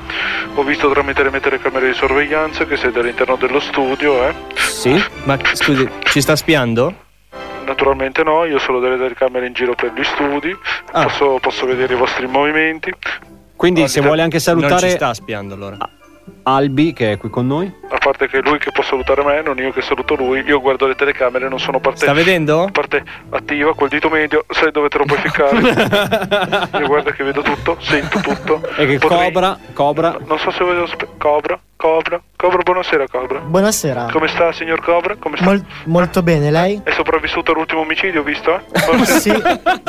S8: ho visto tramite le mie telecamere di sorveglianza che siete all'interno dello studio, eh?
S3: Sì? Ma scusi, ci sta spiando?
S8: Naturalmente no, io sono delle telecamere in giro per gli studi,
S3: Ah.
S8: posso, posso vedere i vostri movimenti.
S9: Quindi se vuole anche
S8: Non ci
S9: salutare
S8: sta
S3: spiando allora.
S9: Albi che è qui con noi.
S8: A parte che lui che può salutare me, non io che saluto lui, io guardo le telecamere, non sono parte...
S3: Sta vedendo?
S8: Parte attiva, col dito medio, sai dove te lo puoi ficcare.
S3: [LAUGHS]
S8: io guardo che vedo tutto, sento tutto.
S9: E che Cobra, Cobra.
S8: Non so se vedo... spe- Cobra, Cobra, Cobra, buonasera Cobra.
S16: [LAUGHS] Buonasera.
S8: Come sta signor Cobra? Come sta?
S16: Mol- molto bene, lei?
S8: È sopravvissuto all'ultimo omicidio, visto? Eh?
S16: sì,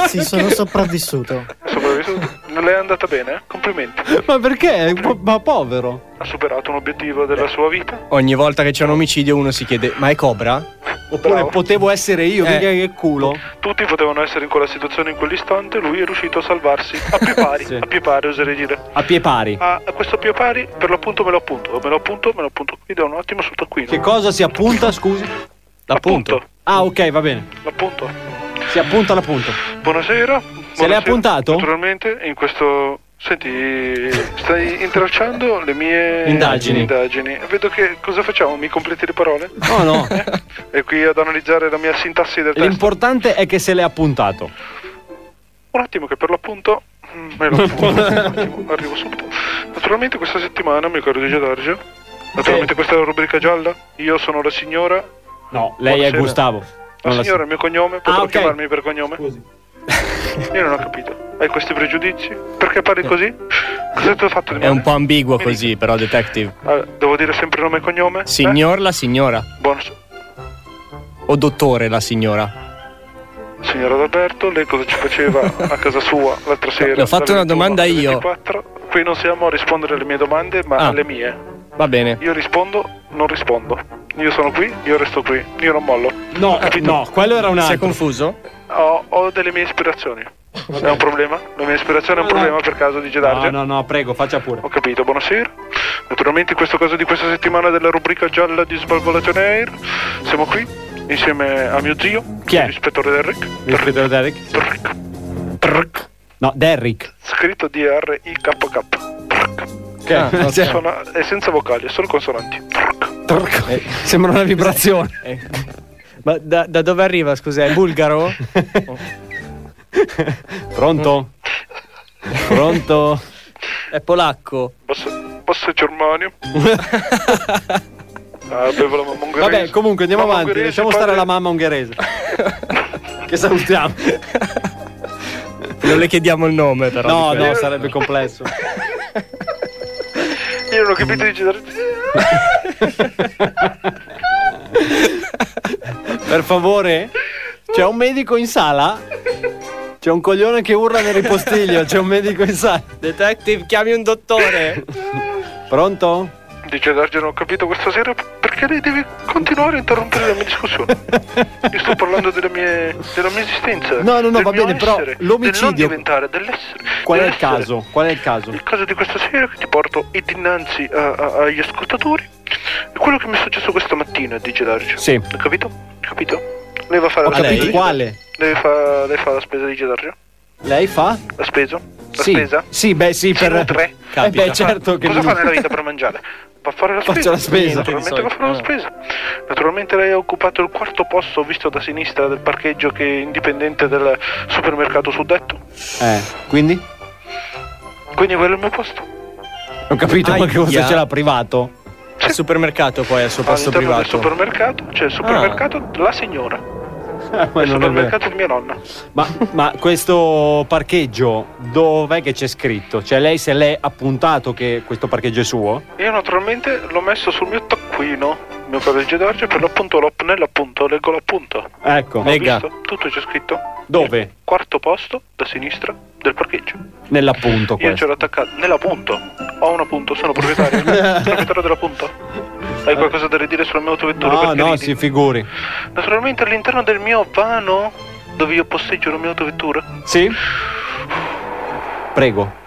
S16: sì, sono sopravvissuto.
S8: È
S3: [LAUGHS]
S8: sopravvissuto. Non le è andata bene, eh? complimenti.
S9: Ma perché? Ma povero.
S8: Ha superato un obiettivo della sua vita.
S3: Ogni volta che c'è un omicidio uno si chiede, ma è Cobra?
S9: Oppure potevo essere io,
S8: Eh.
S9: mica che culo.
S8: Tutti potevano essere in quella situazione in quell'istante, lui è riuscito a salvarsi. A
S3: [LAUGHS]
S8: più pari, a più pari oserei dire.
S9: A pie pari.
S8: Ah, questo più pari per l'appunto me lo appunto, me lo appunto, me lo appunto. Mi do un attimo sul taccuino.
S9: Che cosa si appunta, scusi?
S8: L'appunto.
S9: Ah, ok, va bene.
S8: L'appunto.
S9: Si appunta l'appunto.
S8: Buonasera.
S9: Se l'è
S8: buonasera.
S9: appuntato?
S8: Naturalmente, in questo... Senti, stai intralciando le mie
S9: Indagini.
S8: indagini. Vedo che cosa facciamo? Mi completi le parole?
S9: No,
S8: [LAUGHS]
S9: no.
S8: È qui ad analizzare la mia sintassi del testo.
S9: L'importante è che se l'è appuntato.
S8: Un attimo che per l'appunto mm,
S3: [LAUGHS]
S8: me lo appunto. Un attimo, arrivo subito. Naturalmente questa settimana, mio caro DJ Darge, naturalmente questa è la rubrica gialla, io sono la signora,
S9: No, lei
S8: Buonasera.
S9: è Gustavo.
S8: la
S9: Non la
S8: signora è il mio
S3: Ah,
S8: cognome, potrò
S9: ok.
S8: chiamarmi per cognome? Io non ho capito, hai questi pregiudizi? Perché parli così? Cosa ti ho fatto di
S3: È
S8: male?
S3: un po' ambiguo così, però, detective.
S8: Ah, devo dire sempre nome e cognome?
S3: Signor la signora.
S8: Eh? Buonasera.
S3: O dottore la signora.
S8: Signor Adalberto, lei cosa ci faceva a casa sua l'altra sera?
S3: Le ho fatto
S8: dalle
S3: una domanda
S8: 21 alle
S3: io.
S8: 24? Qui non siamo a rispondere alle mie domande, ma
S3: Ah.
S8: alle mie.
S3: Va bene.
S8: Io rispondo, non rispondo. Io sono qui, io resto qui, io non mollo.
S9: No,
S8: Capito?
S9: no, quello era un
S8: Si è
S9: altro.
S3: confuso?
S8: Ho, ho delle mie ispirazioni. È un problema? La mia ispirazione è un problema per caso di Gedarge?
S9: No, no, no, prego, faccia pure.
S8: Ho capito, buonasera. Naturalmente in questo caso di questa settimana della rubrica gialla di Svalvolation Air siamo qui insieme a mio zio,
S9: Chi è?
S8: l'ispettore Derrick,
S9: Ispettore Derrick? No, Derrick.
S8: scritto D-R-I-K-K.
S9: Che
S8: Ah, Suona- è senza vocali, è solo consonanti.
S9: Sembra una vibrazione.
S3: [LAUGHS] Ma da, da dove arriva, scusa? È bulgaro?
S9: [LAUGHS] Pronto? Pronto?
S3: È polacco.
S8: Basta, basta
S9: [LAUGHS]
S8: Germania. ah, bevo la mamma ungherese.
S9: Vabbè, comunque andiamo
S8: Mamma
S9: avanti.
S8: ungherese,
S9: Lasciamo
S8: padre-
S9: stare la
S8: [LAUGHS]
S9: mamma ungherese. che salutiamo.
S3: Non le chiediamo il nome, però.
S9: No,
S3: di quello.
S9: no, sarebbe complesso.
S8: Io non ho capito di Gedarge.
S9: [LAUGHS] Per favore, c'è un medico in sala? C'è un coglione che urla nel ripostiglio. C'è un medico in sala.
S3: Detective, chiami un dottore.
S9: Pronto?
S8: Di Gedarge non ho capito questa sera perché lei deve continuare a interrompere la mia discussione. Io sto parlando della mia, della mia esistenza.
S9: No, no, no,
S8: del
S9: va
S8: mio
S9: bene, però
S8: essere, del
S9: l'omicidio-
S8: non diventare, dell'essere.
S9: Qual è il
S8: dell'essere.
S9: caso? Qual è il caso?
S8: Il caso di questa sera che ti porto e dinanzi a- a- agli ascoltatori è quello che mi è successo questa mattina, dice Darge.
S9: Sì.
S8: Hai capito? Capito? Lei va a fare
S9: Ho
S8: la spesa.
S9: capito
S8: di-
S9: quale.
S8: Lei fa, lei fa la spesa di Gedarge?
S9: Lei fa?
S8: La spesa? La
S9: sì.
S8: spesa?
S9: Sì, beh, sì,
S8: Si
S9: per
S8: nutre?
S9: Eh beh, certo che
S8: Cosa
S9: mi-
S8: fa nella vita per mangiare?
S13: Va a fare la
S9: Faccio
S13: spesa.
S9: la spesa.
S13: Naturalmente va a fare la
S9: Niente, di
S13: spesa. Naturalmente lei ha occupato il quarto posto visto da sinistra del parcheggio che è indipendente del supermercato suddetto.
S9: Eh, quindi?
S13: Quindi quello è il mio posto.
S9: Ho capito, ma che cosa
S13: Aia.
S9: c'era privato? Al supermercato poi, al suo posto
S13: All'interno
S9: privato.
S13: del supermercato c'è il supermercato della signora.
S9: Ah,
S13: il
S9: [LAUGHS] quello non è vero.
S13: supermercato di mia nonna.
S9: Ma, ma questo parcheggio dov'è che c'è scritto? Cioè lei se l'è appuntato che questo parcheggio è suo?
S13: Io naturalmente l'ho messo sul mio taccuino, il mio parcheggio d'argio, per l'appunto l'ho nell'appunto, leggo l'appunto.
S9: Ecco,
S13: Ho
S9: lega,
S13: visto, tutto c'è scritto.
S9: dove?
S13: Quarto posto da sinistra del parcheggio.
S9: Nell'appunto
S13: Io
S9: questo.
S13: ce l'ho attaccato nell'appunto. Ho un appunto, sono proprietario.
S9: [LAUGHS]
S13: proprietario dell'appunto. Hai qualcosa da ridire sulla mia autovettura?
S9: No,
S13: perché
S9: no,
S13: ridi?
S9: si figuri.
S13: Naturalmente all'interno del mio vano, dove io posteggio la mia autovettura,
S9: Sì? Prego.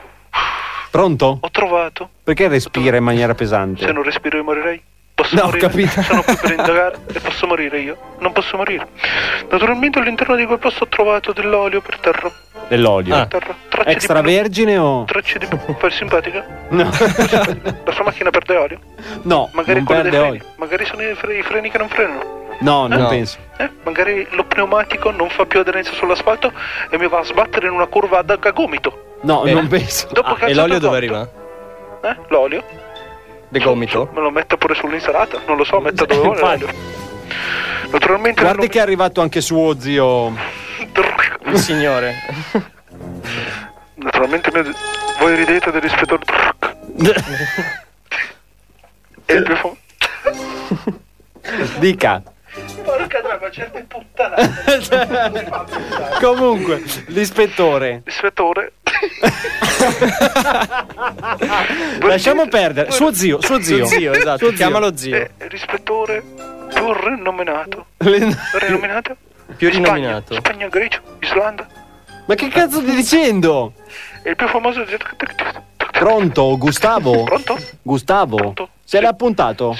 S9: Pronto?
S13: ho trovato,
S9: Perché respira in maniera pesante?
S13: se non respiro io morirei. Posso
S9: No, ho
S13: morire,
S9: capito.
S13: sono qui
S9: [LAUGHS]
S13: per indagare e posso morire io? Non posso morire. Naturalmente all'interno di quel posto ho trovato
S9: Ah,
S13: dell'olio per terra.
S9: Dell'olio.
S13: Per terra. Tracce
S9: Extravergine o...
S13: di... Tracce di... Per simpatica? [LAUGHS]
S9: No.
S13: La sua macchina perde olio?
S9: No,
S13: Magari
S9: non
S13: quello dei
S9: perde
S13: freni.
S9: olio.
S13: Magari sono i, fre- i freni che non frenano.
S9: No, non
S13: No.
S9: penso.
S13: Eh? Magari lo pneumatico non fa più aderenza sull'asfalto e mi va a sbattere in una curva ad a gomito.
S9: No,
S13: Eh.
S9: non penso.
S8: Ah,
S13: Dopo che ha alzato il
S9: arriva?
S13: Eh? L'olio?
S9: De gomito?
S13: Me lo metta pure sull'insalata? Non lo so, metta dove vuole
S9: Infatti.
S13: l'olio. Naturalmente
S9: Guardi che è arrivato anche suo zio. Il signore.
S13: Naturalmente mio- voi ridete del rispetto e il più fo-
S9: [LAUGHS] Dica.
S13: Porca droga, certe puttanate.
S9: [LAUGHS] Comunque, l'ispettore.
S13: Ispettore.
S9: [LAUGHS] Lasciamo perdere. Suo zio, suo zio.
S13: Suo zio, esatto.
S9: Suo zio.
S13: Chiamalo Eh, rispettore più rinominato. rinominato?
S9: Più
S13: Spagna,
S9: rinominato. Eh,
S13: Spagna, Grecia, Islanda.
S9: Ma che cazzo stai dicendo?
S13: È il più famoso di [LAUGHS]
S9: Pronto, Gustavo?
S13: Pronto?
S9: Gustavo? Se l'è appuntato?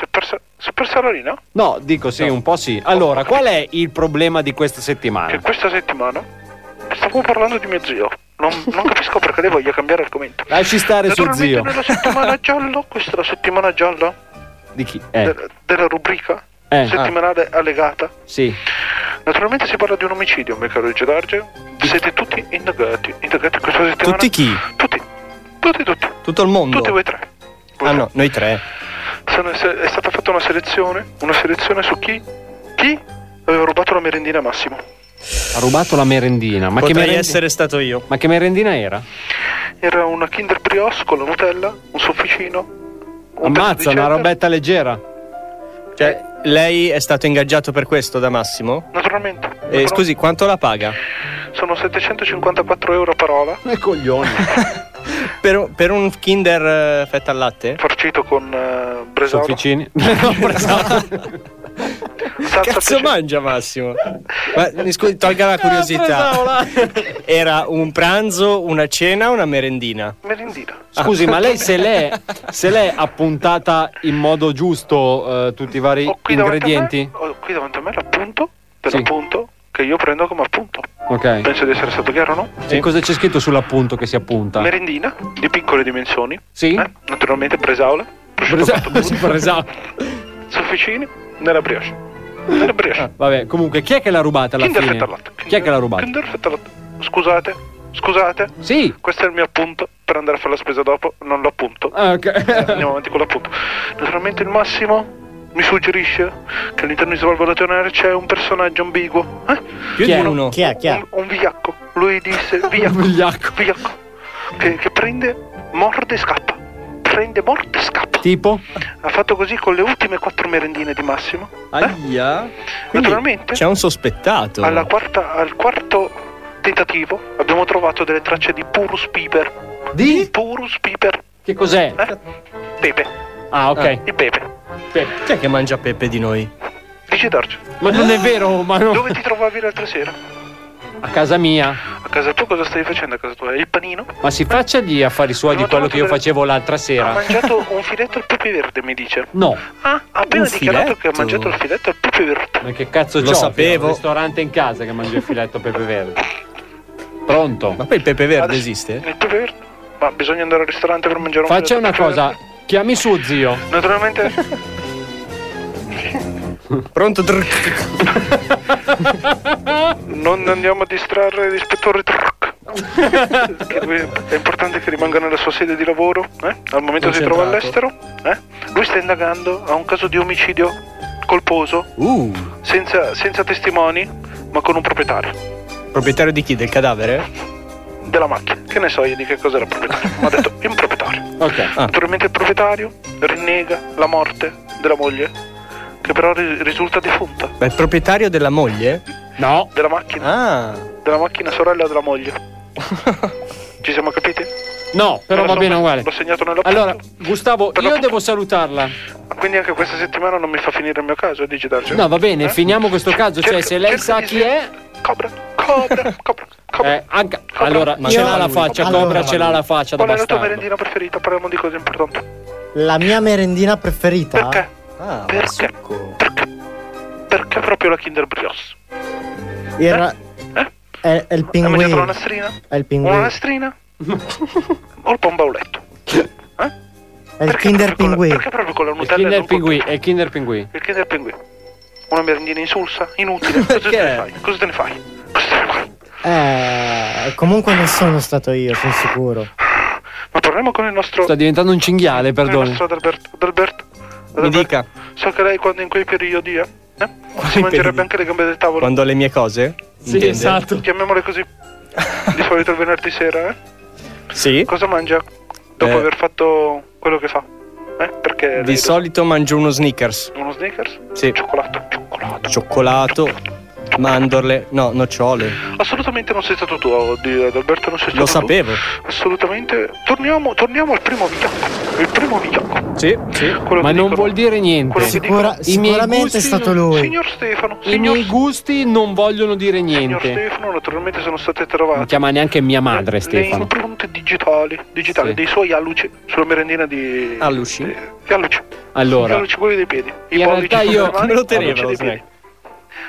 S13: Super Salarina.
S9: No, dico sì, un po' sì. Allora, qual è il problema di questa settimana?
S13: Questa settimana stavo parlando di mio zio. Non, non capisco perché lei voglia cambiare argomento.
S9: Lasci stare suo
S13: Naturalmente
S9: zio.
S13: Nella settimana giallo, questa è la settimana gialla
S9: Di chi? Eh,
S13: de- della rubrica
S9: Eh, ah.
S13: settimanale allegata.
S9: sì.
S13: Naturalmente si parla di un omicidio, mio caro Luigi D'Arge. Siete tutti indagati. Indagati questa settimana.
S9: Tutti chi?
S13: Tutti, tutti.
S9: Tutto il mondo.
S13: Tutti voi tre.
S9: Ah no, noi tre.
S13: Sono- se- è stata fatta una selezione. Una selezione su chi? Chi aveva rubato la merendina a Massimo.
S9: Ha rubato la merendina. Ma
S8: Potrei
S9: che merendina?
S8: essere stato io.
S9: Ma che merendina era?
S13: Era una Kinder Brioche con la Nutella, un sofficino.
S8: Ammazza,
S13: una
S8: robetta leggera.
S13: Esatto.
S8: Cioè, lei è stato ingaggiato per questo da Massimo?
S13: Naturalmente.
S8: E Eh, scusi, quanto la paga?
S13: Sono 754 euro a parola.
S9: E coglioni.
S8: Per, un- per un Kinder eh, fetta al latte?
S13: Farcito con eh, bresaola.
S9: [LAUGHS] Sofficini. esatto.
S8: Cazzo mangia Massimo? Ma, mi scusi, tolga
S13: Eh,
S8: la curiosità. Era un pranzo, una cena, una merendina?
S13: Merendina.
S9: Scusi, ma lei se l'è, se l'è appuntata in modo giusto eh, tutti i vari
S13: Qui davanti a me-
S9: ingredienti?
S13: ho Oh, qui davanti a me l'appunto dell'appunto che io prendo come appunto.
S9: Ok.
S13: Penso di essere stato chiaro, no?
S9: E cosa c'è scritto sull'appunto che si appunta?
S13: Merendina di piccole dimensioni.
S9: Sì.
S13: Naturalmente bresaola.
S9: Presa- si fa presa-
S13: Sofficini nella brioche. Nella brioche.
S9: Vabbè, comunque, chi è che l'ha rubata alla
S13: Kinder
S9: fine?
S13: fetta al latte.
S9: Chi è che l'ha rubata?
S13: Kinder fetta al latte. Scusate, scusate.
S9: Sì.
S13: Questo è il mio appunto per andare a fare la spesa dopo, non l'ho appunto.
S9: Ah, ok.
S13: Andiamo avanti con l'appunto. Naturalmente il Massimo mi suggerisce che all'interno di Svalvolazione Air c'è un personaggio ambiguo. Eh?
S8: Più Chi
S9: [LAUGHS]
S8: di è? uno. Chi è? Chi è?
S13: Un, un vigliacco. Lui
S8: [LAUGHS]
S13: disse vigliacco.
S9: vigliacco.
S13: Che, che prende, morde e scappa. Prende, morde e scappa.
S9: Tipo?
S13: Ha fatto così con le ultime quattro merendine di Massimo.
S8: Eh? Aia. Quindi
S13: Naturalmente.
S8: C'è un sospettato.
S13: Alla quarta- al quarto tentativo abbiamo trovato delle tracce di Purus Piper.
S9: Di?
S13: Purus Piper.
S9: Che cos'è?
S13: Eh? Pepe.
S9: Ah, ok.
S13: Il pepe.
S8: Chi è che mangia Pepe di noi?
S13: Dice Darge.
S9: Ma non è vero, ma no.
S13: Dove ti trovavi l'altra sera?
S9: A casa mia.
S13: A casa tua cosa stavi facendo a casa tua? Il panino?
S9: Ma si faccia gli affari suoi di quello che io facevo l'altra
S13: Ha
S9: sera. [LAUGHS]
S13: mangiato un filetto al pepe verde, mi dice.
S9: No.
S13: Ah, ha appena
S9: Un
S13: dichiarato
S9: filetto?
S13: che ha mangiato il filetto al pepe verde.
S9: Ma che cazzo
S8: Lo
S9: c'ho?
S8: sapevo.
S9: Un ristorante in casa che mangia il filetto pepe verde. Pronto?
S8: Ma poi il pepe verde
S13: Adesso-
S8: esiste?
S13: Il pepe verde? Ma bisogna andare al ristorante per mangiare un
S9: Faccia
S13: filetto
S9: una
S13: al pepe
S9: cosa,
S13: verde?
S9: Chiami suo zio.
S13: Naturalmente.
S3: Pronto? Drrr.
S13: non andiamo a distrarre l'ispettore Truck. Che lui- è importante che rimanga nella sua sede di lavoro. eh? Al momento si trova
S12: Concentrato.
S13: all'estero. eh? Lui sta indagando a un caso di omicidio colposo,
S3: Uh,
S13: senza, senza testimoni, ma con un proprietario
S3: proprietario di chi? Del cadavere?
S13: della macchina. Che ne so io di che cosa era il proprietario? Ma ha detto è un proprietario.
S3: Ok. Ah.
S13: Naturalmente il proprietario rinnega la morte della moglie, che però ri- risulta defunta.
S3: Ma il proprietario della moglie? Ah,
S9: No.
S13: Della macchina. Della macchina sorella della moglie. Ci siamo capiti?
S9: No, però
S13: Me la
S9: va
S13: so-
S9: bene uguale.
S13: L'ho segnato nella
S9: Allora, Gustavo, io devo salutarla.
S13: Quindi anche questa settimana non mi fa finire il mio caso, dici Darge?
S9: No, va bene,
S13: Eh?
S9: finiamo questo caso. Cioè, se lei sa chi è. Cobra, cobra, cobra. allora,
S13: Ma
S9: ce
S13: io-
S9: l'ha la faccia,
S16: Allora,
S9: Cobra ce l'ha la faccia da
S13: Qual è la tua
S9: bastardo.
S13: merendina preferita? Parliamo di cose importanti.
S16: La mia merendina preferita? Ah,
S13: Perché? perché? perché? Perché proprio la Kinder Brios?
S16: Era... È, è il
S13: Eh? Hai mangiato la
S16: pinguino.
S13: nastrina?
S16: È il
S13: Una
S16: pinguino. [LAUGHS]
S13: nastrina? o il pombauletto?
S16: È il Kinder pinguino.
S13: Eh? Perché proprio con la
S9: Il
S13: Nutella e
S9: Kinder
S13: non con-
S9: Pinguì, è il Kinder Pinguì.
S13: il Kinder Pinguì? Una merendina insulsa? Inutile? [LAUGHS]
S16: [LAUGHS]
S13: Cosa te ne fai? Cosa te ne fai?
S16: Eh, comunque non sono stato io, sono sicuro.
S13: Ma torniamo con il nostro.
S9: Sta diventando un cinghiale,
S13: con il
S9: perdoni.
S13: nostro Adalberto. Adalberto.
S3: Mi dica,
S13: So che lei quando in quei periodi eh, eh, si
S3: Quali
S13: mangerebbe
S3: periodi?
S13: anche le gambe del tavolo.
S3: quando ho le mie cose? Intende?
S13: Chiamiamole così. Di solito il venerdì sera, eh?
S3: Sì.
S13: Cosa mangia dopo
S3: Eh.
S13: aver fatto quello che fa? Eh? Perché lei
S3: Di
S13: lo-
S3: solito mangio uno Snickers.
S13: uno sneakers?
S3: Sì.
S13: Cioccolato.
S3: Cioccolato, mandorle, no, nocciole.
S13: Assolutamente non sei stato tu, Oddio, Adalberto, non sei stato
S3: Lo
S13: tu.
S3: sapevo.
S13: Assolutamente. Torniamo, torniamo al primo vigliacco. Il primo vigliacco.
S3: Sì, sì.
S9: Ma non vuol dire niente.
S13: Quello che Sicura- dicono-
S9: I miei
S13: sicuramente è
S9: gusti
S13: stato
S9: non-
S13: lui. Signor Stefano,
S9: I miei gusti non vogliono dire
S13: Signor
S9: niente.
S13: Stefano, naturalmente sono state trovate
S9: Non chiama neanche mia madre,
S13: le
S9: Stefano.
S13: impronte digitali, digitali
S9: Sì.
S13: dei suoi alluci sulla merendina di...
S9: Alluci?
S13: Gli alluci. Gli
S9: Allora,
S13: alluci quelli dei piedi. I
S9: in
S13: pollici
S9: realtà
S13: sulle
S9: io
S13: mani, alluci
S9: [LAUGHS] lo
S13: dei
S9: snack.
S13: piedi.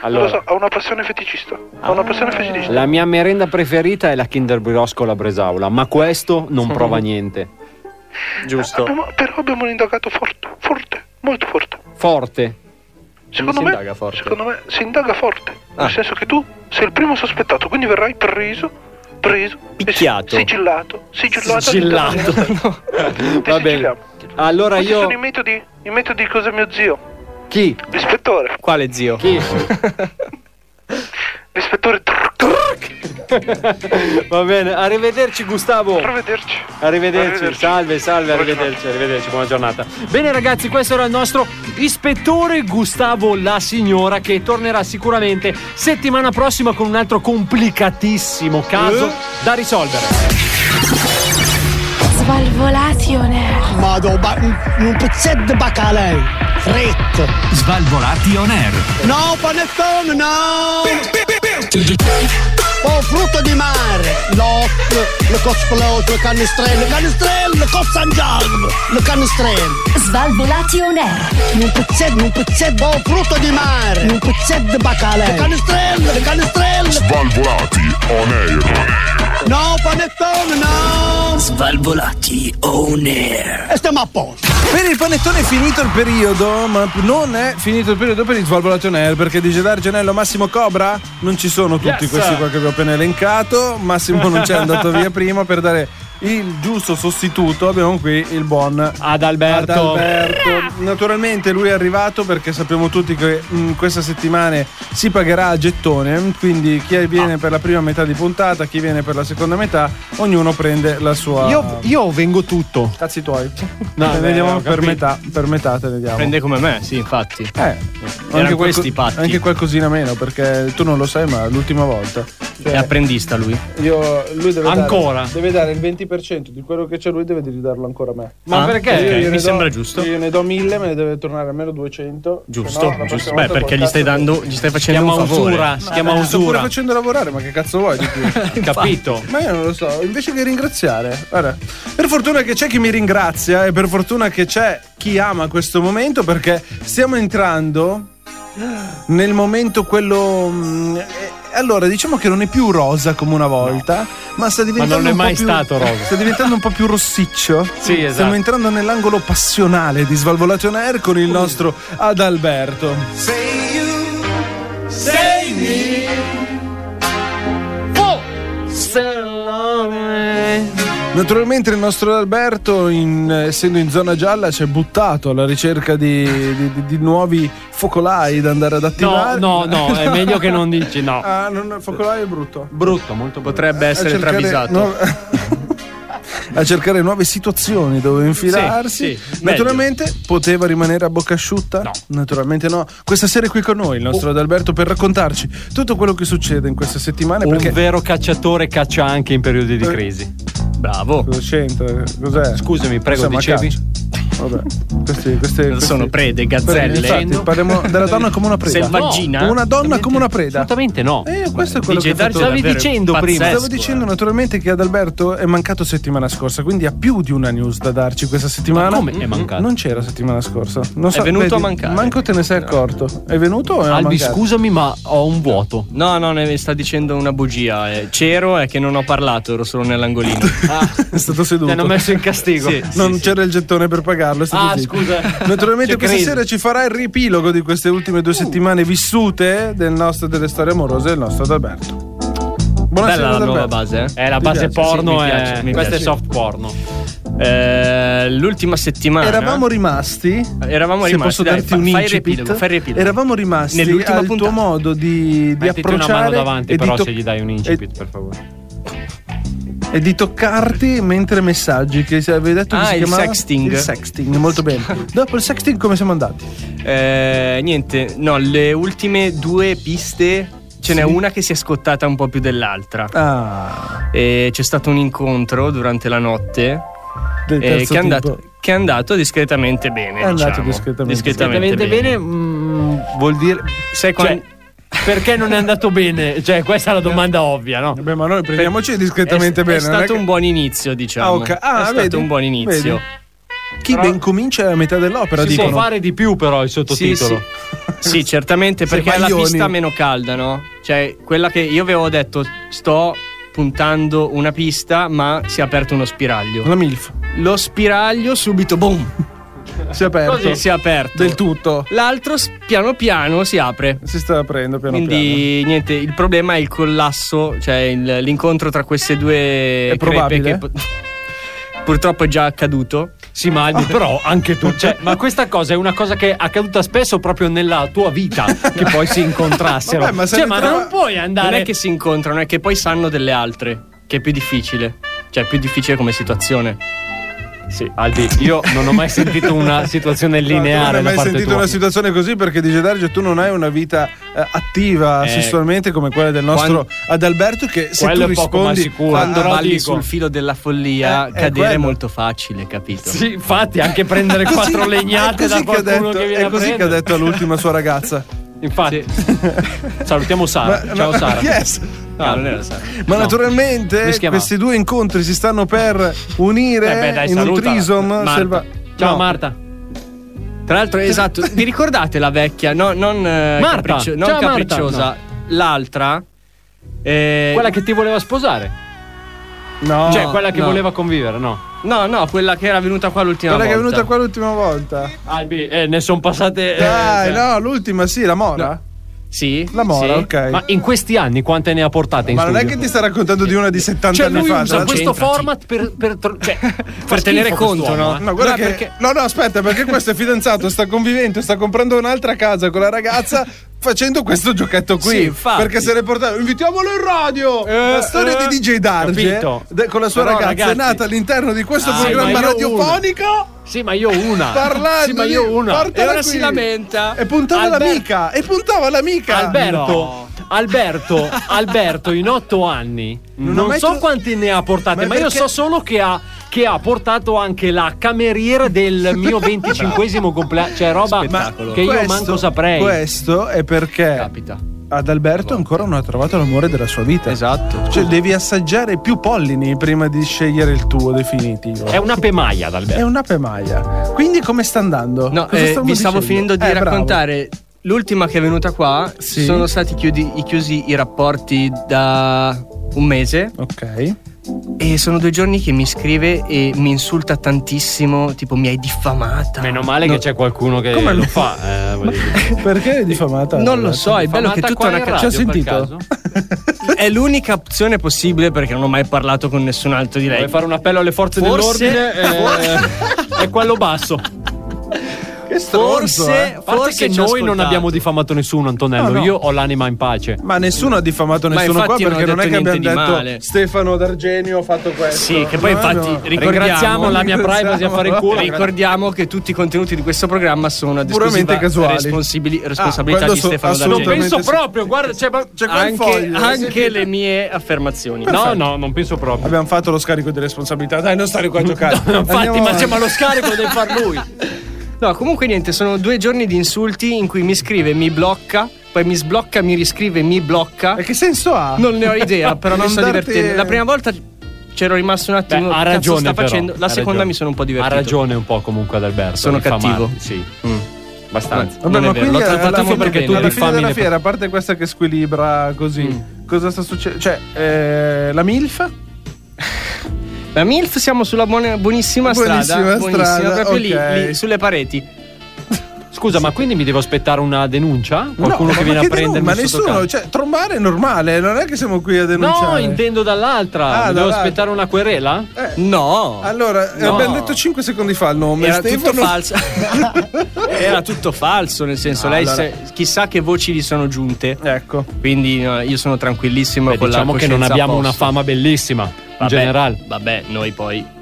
S13: Non lo
S9: Allora,
S13: so, ha una passione feticista. Ha una passione feticista.
S9: la mia merenda preferita è la Kinder Bros con la bresaola, ma questo
S13: [LAUGHS]
S9: non prova niente. Giusto.
S13: Abbiamo- però abbiamo un indagato forte, forte, molto forte.
S9: Forte.
S13: Secondo me, secondo me si indaga forte.
S9: Ah.
S13: Nel senso che tu sei il primo sospettato, quindi verrai preso, preso, e
S9: Picchiato.
S13: si- sigillato, sigillato.
S9: Sigillato. [LAUGHS]
S13: all'interno della-
S9: Va bene. Allora
S13: Questi
S9: io
S13: sono i metodi, i metodi di cosa mio zio,
S9: chi?
S13: l'ispettore.
S3: Quale zio?
S9: Chi?
S13: [LAUGHS] L'ispettore.
S9: Va bene, arrivederci Gustavo.
S13: Arrivederci.
S9: Arrivederci.
S13: Arrivederci.
S9: salve, salve, arrivederci, arrivederci, buona giornata. Bene ragazzi, questo era il nostro ispettore Gustavo La Signora che tornerà sicuramente settimana prossima con un altro complicatissimo
S3: Eh?
S9: caso da risolvere.
S26: Svalvolazione. Vado, ba- un pezzetto di bacalè. Fritto.
S11: Svalvolati on air.
S26: No, panettone, no! Oh, frutto di mare! L'oc, le cosplot, le canestrelle, le canestrelle, le cozzangiarme, le canestrelle. Svalvolati on air. Un pezzetto, un pezzetto, oh, frutto di mare! Un pezzetto di bacalè. Le canestrelle, le canestrelle.
S4: Svalvolati on air.
S26: No, panettone, no!
S2: Svalvolati on air.
S26: E stiamo a posto.
S8: Per il panettone è finito il periodo, ma non è finito il periodo per il Svalvolato on Air, perché di Gedar Genello Massimo Cobra non ci sono tutti
S9: Yes.
S8: questi qua che vi ho appena elencato. Massimo non c'è andato
S9: [LAUGHS]
S8: via prima per dare il giusto sostituto. Abbiamo qui il buon
S9: Adalberto.
S8: Adalberto. Naturalmente lui è arrivato perché sappiamo tutti che mh, questa settimana si pagherà a gettone, quindi chi viene
S9: Ah.
S8: per la prima metà di puntata, chi viene per la seconda metà, ognuno prende la sua
S9: Io, io vengo tutto.
S8: Cazzi tuoi.
S9: No,
S8: te
S9: beh,
S8: ne diamo
S9: ho
S8: per
S9: capito.
S8: metà, per metà te ne diamo.
S3: Prende come me, sì, infatti.
S8: Eh, anche
S3: Erano
S8: qualco-
S3: questi i patti.
S8: Anche qualcosina meno, perché tu non lo sai, ma l'ultima volta.
S3: È apprendista lui.
S8: Io, lui deve dare-
S3: Ancora?
S8: deve dare il 20% di quello che c'è lui, deve ridarlo ancora a me.
S3: Ma Ah, perché? ok,
S8: gliene
S3: mi sembra giusto.
S8: Io ne do 1000, me ne deve tornare almeno 200. se no la
S3: Giusto,
S8: prossima
S3: giusto. Beh,
S8: volta
S3: perché
S8: col
S3: gli stai
S8: cazzo-
S3: dando, gli stai facendo
S9: chiama
S3: un favore.
S9: usura, si
S8: Ma
S9: chiama
S8: dai, Sto pure
S9: usura.
S8: facendo lavorare, ma che cazzo vuoi di [LAUGHS] più?
S9: [LAUGHS] Capito.
S8: Ma io non lo so, invece che ringraziare. Guarda, per fortuna che c'è chi mi ringrazia e per fortuna che c'è chi ama questo momento perché stiamo entrando nel momento quello... mm, eh, allora, diciamo che non è più rosa come una volta, ma sta diventando
S9: non è
S8: un po'
S9: mai
S8: più-
S9: stato rosa.
S8: Sta diventando un po' più rossiccio.
S9: [LAUGHS] Sì, esatto. Uh.
S8: Stiamo entrando nell'angolo passionale di Svalvolation Air con il nostro Adalberto.
S1: Sei you, sei me.
S8: Naturalmente il nostro Alberto, in- essendo in zona gialla, ci è buttato alla ricerca di, di- di- di nuovi focolai da andare ad
S9: No,
S8: attivare.
S9: no, no, è meglio che non dici no.
S8: Ah, non, focolai è brutto.
S9: Brutto, molto brutto. Potrebbe
S8: A cercare nuove- [LAUGHS] a cercare nuove situazioni dove infilarsi.
S9: Sì, sì,
S8: Naturalmente poteva rimanere a bocca asciutta? No. Naturalmente no. Questa sera è qui con noi il
S9: Oh.
S8: nostro Adalberto per raccontarci tutto quello che succede in questa settimana.
S9: Un
S8: perché Eh.
S9: vero cacciatore caccia anche in periodi di crisi. Bravo.
S8: Cos'è?
S9: Scusami, prego,
S8: Insomma,
S9: dicevi?
S8: caccia. Vabbè, questi, questi, questi-
S3: sono prede, gazzelle.
S8: Infatti, parliamo della donna come una preda.
S3: Selvaggina?
S8: No, una donna come una preda.
S9: Assolutamente no.
S8: Eh, questo è
S3: Beh,
S8: quello
S3: DJ
S8: che
S3: Darge
S8: stavi
S3: davvero
S8: dicendo
S3: pazzesco,
S8: prima. Stavo
S3: eh.
S8: dicendo naturalmente che ad Alberto è mancato settimana scorsa, quindi ha più di una news da darci questa settimana. Mm,
S9: come è mancato?
S8: Non c'era settimana scorsa. Non
S9: È venuto a mancare.
S8: Manco te ne sei accorto. È venuto o è
S3: Albi,
S8: mancato?
S9: scusami, ma ho un vuoto.
S3: No, no, ne sta dicendo una bugia. eh. C'ero è che non ho parlato, ero solo
S8: [LAUGHS]
S3: nell'angolino.
S8: [LAUGHS]
S3: Ah,
S8: è stato Ah, seduto.
S3: Ti hanno messo in
S9: castigo.
S3: Sì,
S8: non c'era il gettone per pagarlo. è stato
S3: Ah,
S8: zitto.
S3: scusa.
S8: Naturalmente
S3: Ci credo.
S8: questa
S3: Uh.
S8: sera ci farà il riepilogo di queste ultime due settimane vissute del nostro- delle storie amorose del nostro Adalberto. Buonasera,
S3: Bella la
S8: Adalberto.
S3: nuova base. Eh,
S8: Ti piace?
S3: Sì, mi piace, mi
S9: eh, questa è
S3: piace.
S9: soft porno.
S3: Eh, l'ultima settimana.
S8: Eravamo rimasti.
S3: Eravamo
S8: se
S3: rimasti,
S8: posso
S3: dai,
S8: darti
S3: fa-
S8: un
S3: fai il
S8: incipit,
S3: riepilogo, fai il riepilogo.
S8: Eravamo rimasti
S3: Nell'ultima
S8: al tuo
S3: puntata.
S8: modo di, di
S9: Mettiti una
S8: approcciare.
S9: mano davanti,
S8: e
S9: però,
S8: di toc-
S9: se gli dai un incipit, per favore.
S8: E, e di toccarti mentre messaggi. Che se avevi detto che
S3: Ah,
S8: si
S3: il
S8: chiamava
S3: sexting.
S8: Il sexting, molto
S3: [LAUGHS]
S8: bene. Dopo il sexting, come siamo andati?
S3: Eh, niente, no, le ultime due piste. cioè, Ce n'è
S8: Sì.
S3: una che si è scottata un po' più dell'altra.
S8: Ah.
S3: E c'è stato un incontro durante la notte.
S8: Del
S3: eh,
S8: terzo
S3: che, è andato,
S8: tipo.
S3: che è andato discretamente bene.
S8: È andato
S3: diciamo.
S8: discretamente.
S9: Discretamente bene, mm, vuol dire.
S3: Sai
S9: cioè, perché non è andato bene? Cioè, questa è la domanda ovvia, no?
S8: Beh, ma noi prendiamoci discretamente
S3: è,
S8: bene,
S3: È
S8: non è
S3: stato
S8: che-
S3: un buon inizio, diciamo.
S8: Ah, ok. Ah,
S3: è stato
S8: vedi?
S3: un buon inizio.
S8: Vedi? Chi ben comincia è a metà dell'opera,
S9: si
S8: dicono.
S9: può fare di più, però, il sottotitolo.
S3: Sì, sì. Sì,
S8: [LAUGHS]
S3: certamente
S9: Sei
S3: perché è la
S9: maglioni.
S3: pista meno calda, no? Cioè, quella che io avevo detto, sto puntando una pista, ma si è aperto uno spiraglio.
S8: La MILF.
S3: Lo spiraglio subito, boom!
S8: Si è aperto.
S3: Così si è
S9: Certo.
S3: aperto.
S8: Certo. Del tutto.
S3: L'altro s- piano piano si apre.
S8: Si sta aprendo piano
S3: Quindi niente, il problema è il collasso, cioè il- l'incontro tra queste due
S8: È probabile?
S3: crepe che pu- [LAUGHS] purtroppo è già accaduto.
S9: eh?
S3: [LAUGHS]
S9: Sì, ma Albi, però anche tu. Cioè, ma questa cosa è una cosa che è accaduta spesso proprio nella
S3: [LAUGHS]
S9: tua vita, che poi si incontrassero.
S3: Vabbè, ma se
S9: cioè,
S3: ne
S9: ma
S3: trova-
S9: non puoi andare.
S3: Non è che si incontrano, è che poi sanno delle altre, che è più difficile. Cioè, è più difficile come situazione.
S9: Sì, Albi, io non ho
S8: [LAUGHS]
S9: mai sentito una situazione
S8: No, tu
S9: lineare
S8: non
S9: da
S8: hai mai
S9: parte
S8: sentito
S9: tua.
S8: una situazione così perché dice Darge tu non hai una vita eh, attiva
S9: Eh,
S8: sessualmente come quella del nostro
S3: quan-
S8: Adalberto che se tu
S3: Quello è poco ma
S8: rispondi
S3: sicuro.
S8: quando
S3: Quando balli
S8: balli
S3: sul filo della follia,
S8: Eh, è
S3: cadere è
S8: quello.
S3: molto facile, capito?
S9: Sì, infatti,
S8: [LAUGHS]
S9: anche prendere
S8: Così-
S9: quattro legnate
S8: è così
S9: da
S8: che ha
S9: qualcuno che,
S8: detto-
S9: viene
S8: è
S9: a
S8: così che ha
S9: prendere.
S8: detto all'ultima sua ragazza
S9: [LAUGHS] Infatti, salutiamo Sara.
S8: Ma-
S9: Ciao,
S8: ma-
S9: Sara.
S8: Yes. Ah.
S9: No, non era Sara.
S8: ma
S9: No. Come
S8: naturalmente
S9: si chiama?
S8: questi due incontri si stanno per unire
S9: Eh beh, dai,
S8: in un
S9: salutala.
S8: trisom
S9: Marta.
S8: selva-
S9: Ciao,
S8: No.
S9: Marta.
S3: Tra l'altro, esatto, vi ricordate la vecchia? No, non, eh,
S9: Marta.
S3: capriccio- non
S9: Ciao, Marta.
S3: capricciosa,
S9: No.
S3: l'altra. eh,
S9: Quella che ti voleva sposare.
S8: No,
S9: cioè, quella che
S3: no.
S9: voleva convivere, no?
S3: No, no, quella che era venuta qua l'ultima
S8: quella che è
S3: volta.
S8: venuta qua l'ultima volta
S9: Albi, eh, ne sono passate. eh,
S8: dai
S9: cioè-
S8: no l'ultima sì la mora
S3: Sì.
S8: la mora
S9: Sì.
S8: ok
S9: Ma in questi anni quante ne ha portate in
S8: ma non è
S9: studio?
S8: che ti sta raccontando di una di 70
S9: Cioè,
S8: anni
S9: lui
S8: fa
S9: usa
S8: tra-
S9: questo format per, per, tro-
S8: [LAUGHS]
S9: cioè, per
S3: tenere conto, no?
S9: eh.
S8: No, guarda che- no, no, aspetta, perché questo è fidanzato, sta convivendo, sta comprando un'altra casa con la ragazza. Facendo questo giochetto
S3: Sì,
S8: qui,
S3: infatti.
S8: perché se ne portava, invitiamolo in radio. la storia
S9: eh,
S8: di DJ Darge
S9: capito.
S8: de- con la sua
S9: Però,
S8: ragazza è
S9: ragazzi-
S8: nata all'interno di questo
S9: Ah, sì,
S8: programma
S9: ma io
S8: radiofonico.
S9: Sì, ma io una.
S8: Parlando,
S9: Sì, ma
S8: di-
S9: io una.
S8: portala
S9: E ora
S8: qui.
S9: si lamenta.
S8: E puntava
S9: Alberto-
S8: l'amica, e puntava l'amica.
S9: Alberto,
S8: No.
S9: [LAUGHS] Alberto, Alberto, in otto anni non,
S8: ho mai
S9: so
S8: tro-
S9: quanti ne ha portate,
S8: Ma
S9: ma, io
S8: perché-
S9: so solo che ha, che ha portato anche la cameriera del
S8: [LAUGHS]
S9: mio 25 compleanno, cioè roba
S8: Spettacolo.
S9: che io
S8: Questo-
S9: manco saprei.
S8: Questo è perché ad Alberto ancora non ha trovato l'amore della sua vita.
S3: Esatto.
S8: Cioè, devi assaggiare più pollini prima di scegliere il tuo definitivo.
S9: È una pemaia, ad
S8: È
S9: Alberto.
S8: una pemaia. Quindi come sta andando?
S3: No,
S8: Cosa
S3: eh, vi
S8: stavamo
S3: stavo
S8: dicendo?
S3: finendo di
S8: Eh, bravo.
S3: raccontare l'ultima che è venuta qua
S8: Sì.
S3: sono stati chiudi- i- chiusi i rapporti da un mese.
S8: Ok.
S3: E sono due giorni che mi scrive e mi insulta tantissimo, tipo mi hai diffamata.
S9: Meno male che c'è qualcuno che
S3: Ah, Come
S9: lo
S3: no?
S9: fa. eh, voglio dire.
S8: Perché è diffamata?
S3: Non lo so, è bello che
S9: Diffamata
S3: tutta
S9: qua
S3: una
S9: in
S3: caccia
S9: radio,
S3: ho sentito.
S8: [LAUGHS]
S3: È l'unica opzione possibile perché non ho mai parlato con nessun altro di lei.
S9: Vuoi fare un appello alle forze
S3: Forse-
S9: [LAUGHS] dell'ordine? eh, è quello basso.
S8: stronzo,
S9: forse,
S8: eh.
S9: a parte
S8: Forse
S9: che
S8: ci
S9: noi
S8: ha
S9: non
S8: ascoltato.
S9: abbiamo diffamato nessuno, Antonello.
S8: No, no.
S9: Io ho l'anima in pace.
S8: Ma nessuno ha diffamato
S9: Ma
S8: nessuno qua
S9: infatti non
S8: perché
S9: ho
S8: non, è che
S9: detto
S8: abbiamo
S9: niente di
S8: detto
S9: male.
S8: Stefano D'Argenio ha fatto questo.
S3: Sì, che poi
S8: No,
S3: infatti
S8: no.
S3: ricordiamo,
S8: Ringraziamo.
S3: Ricordiamo che tutti i contenuti di questo programma sono ad
S8: Puramente
S3: esclusiva
S8: casuali.
S3: responsabili-
S8: Ah,
S3: responsabilità
S8: quello
S3: di
S8: so-
S3: Stefano
S8: assolutamente
S3: D'Argenio.
S8: sì.
S9: penso proprio, guarda, c'è, c'è
S8: qua il
S3: anche,
S8: foglio,
S3: anche
S8: sentite.
S3: le mie affermazioni.
S8: Perfetto.
S9: No, no, non penso proprio.
S8: Abbiamo fatto lo scarico di responsabilità. Dai, non stare qua a giocare.
S3: Infatti, ma,
S8: avanti.
S3: cioè, ma lo scarico deve far lui. No, comunque niente, sono due giorni di insulti in cui mi scrive, mi blocca, poi mi sblocca, mi riscrive, mi blocca. E
S8: che senso ha?
S3: Non ne ho idea, però mi
S9: [LAUGHS]
S8: Non
S3: sto
S8: darti-
S3: divertendo. La prima volta c'ero rimasto un
S9: Beh,
S3: attimo.
S9: ha
S3: cazzo
S9: ragione.
S3: sta
S9: però,
S3: facendo. La
S9: ha
S3: seconda
S9: ragione.
S3: mi sono un po' divertito.
S9: Ha ragione un po' comunque ad Alberto.
S3: Sono
S9: mi fa
S3: cattivo.
S9: male, Sì. Mm. Abbastanza.
S8: Vabbè, ma quindi
S9: l'ho
S8: alla
S9: trattata
S8: fine-
S9: molto perché tu
S8: alla fine
S9: diffami
S8: della
S9: le
S8: fiera, a parte questa che squilibra così,
S3: Mm.
S8: cosa sta succedendo? Cioè, eh, la MILF?
S3: La MILF siamo sulla buona- buonissima,
S8: Buonissima
S3: strada. Buonissima,
S8: strada,
S3: proprio lì,
S8: ok.
S3: lì, sulle pareti.
S9: Scusa, ma quindi mi devo aspettare una denuncia? Qualcuno
S8: No,
S9: che
S8: ma
S9: viene a
S8: perché denun-
S9: prendermi
S8: Ma
S9: sotto
S8: nessuno,
S9: casa?
S8: cioè, trombare è normale, non è che siamo qui a denunciare.
S9: No, intendo dall'altra.
S8: Ah,
S9: mi devo
S8: dall'altra. Eh.
S9: aspettare una querela?
S3: No.
S8: Allora, eh,
S9: No.
S8: abbiamo detto 5 secondi fa il nome.
S3: Era
S8: Stefano-
S3: tutto falso.
S8: [LAUGHS]
S3: Era tutto falso, nel senso,
S8: No,
S3: lei
S8: allora-
S3: se- chissà che voci gli sono giunte.
S8: Ecco.
S3: Quindi no, io sono tranquillissimo
S9: Beh,
S3: con
S9: diciamo
S3: la
S9: che non
S3: coscienza a
S9: abbiamo una
S3: posto.
S9: fama bellissima in
S3: Vabbè,
S9: generale.
S3: Vabbè, noi poi.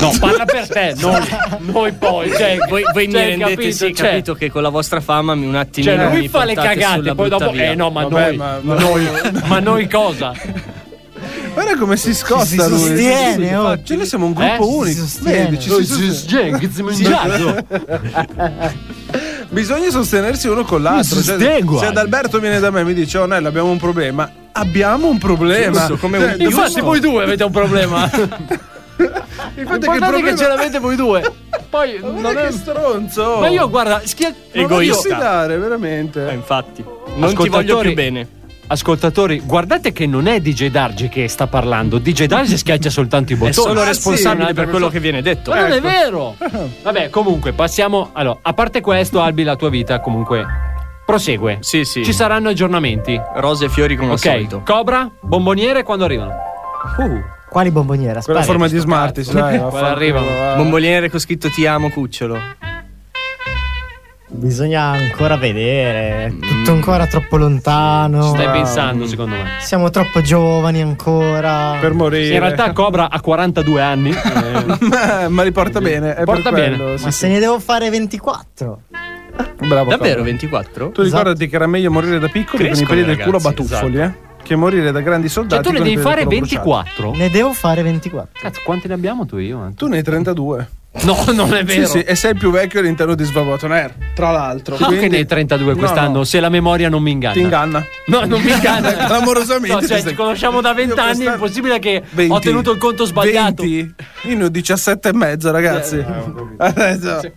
S9: No, parla
S3: [LAUGHS]
S9: per te, noi, noi poi. Cioè,
S3: voi voi
S9: cioè,
S3: mi rendete
S9: capito,
S3: sì,
S9: cioè,
S3: capito che con la vostra fama mi un attimino
S9: Cioè, lui
S3: mi
S9: fa le
S3: portate
S9: cagate,
S3: sulla
S9: poi
S3: brutta
S9: dopo.
S3: via.
S9: Eh no, ma
S8: Vabbè,
S9: noi.
S8: ma-
S9: Ma noi, ma noi cosa?
S8: Guarda come si scosta
S16: Si
S8: lui.
S16: sostiene, oh.
S8: Cioè, noi siamo un gruppo
S16: Eh?
S8: unico.
S16: Si sostiene.
S8: Vedi, ci
S16: Noi
S8: si sostiene.
S9: Sì.
S8: Bisogna sostenersi uno con l'altro.
S9: Mi
S8: Cioè,
S9: sostengo,
S8: se
S9: Ale.
S8: Adalberto viene da me e mi dice, oh Nella, abbiamo un problema. Abbiamo un problema.
S9: Giusto, come
S8: Cioè,
S9: un- Infatti voi due avete un problema.
S8: Infatti,
S9: Guardate che ce l'avete voi due. Poi
S8: Ma
S9: non
S8: guarda
S9: è-
S8: che stronzo.
S9: Ma io guarda, schia...
S8: Egoista.
S9: non ho-
S8: dare,
S9: Eh,
S8: veramente.
S3: infatti, non ti voglio più bene.
S9: Ascoltatori, guardate che non è DJ Darge che sta parlando.
S3: [LAUGHS]
S9: DJ Darge schiaccia soltanto i bottoni.
S3: È solo
S9: Ah, sì,
S3: responsabile
S9: un'altra
S3: per quello che
S9: persona.
S3: viene detto.
S9: Ma non è
S3: Ecco.
S9: vero.
S3: [LAUGHS]
S9: Vabbè, comunque, passiamo. Allora, a parte questo, Albi, la tua vita comunque prosegue.
S3: Sì, sì.
S9: Ci saranno aggiornamenti.
S3: Rose e fiori come
S9: ok,
S3: al solito.
S9: Cobra, bomboniere, quando arrivano? Uh,
S16: Quali bomboniera?
S8: Quella
S16: Spara.
S8: forma di Smarties, dai.
S9: Quella
S8: vaffanculo,
S9: arriva.
S8: va.
S3: Bomboliere con scritto ti amo cucciolo.
S16: Bisogna ancora vedere. Tutto ancora troppo lontano.
S9: Stai pensando, secondo me.
S16: Siamo troppo giovani ancora.
S8: Per morire.
S9: In realtà Cobra ha 42 anni. [LAUGHS] eh,
S8: [LAUGHS] ma, ma li porta bene. È
S9: Porta
S8: per
S9: bene.
S8: quello, sì,
S16: Ma se
S8: sì.
S16: ne devo fare 24.
S8: Bravo,
S3: Davvero
S8: Cobra.
S3: 24?
S9: Esatto.
S8: Tu ricordati che era meglio morire da piccoli
S3: Crescono
S8: con i
S3: i
S8: piedi del culo a
S3: ragazzi,
S8: batuffoli, eh? Che morire da grandi
S9: esatto. Cioè,
S8: soldati.
S9: tu ne
S8: con i
S9: devi
S8: piedi
S9: fare
S8: del culo bruciato.
S9: 24?
S16: Ne devo fare 24.
S9: Cazzo, quanti ne abbiamo tu e io? eh? Anto?
S8: Tu ne hai 32.
S9: No, non è vero.
S8: Sì, sì, e sei il più vecchio all'interno di Svagotoner. Tra l'altro.
S9: No,
S8: Quindi
S9: che ne hai 32 quest'anno,
S8: No, no.
S9: se la memoria non mi inganna.
S8: Ti inganna.
S9: No, non mi inganna.
S8: [LAUGHS] Clamorosamente
S9: No,
S8: ti
S9: cioè,
S8: stai-
S9: ci conosciamo da
S8: Io
S9: 20 anni, è
S8: quest'anno-
S9: impossibile che
S8: 20.
S9: ho tenuto il conto sbagliato. Eh,
S8: 20. Io ne ho 17 e mezzo, ragazzi. Adesso.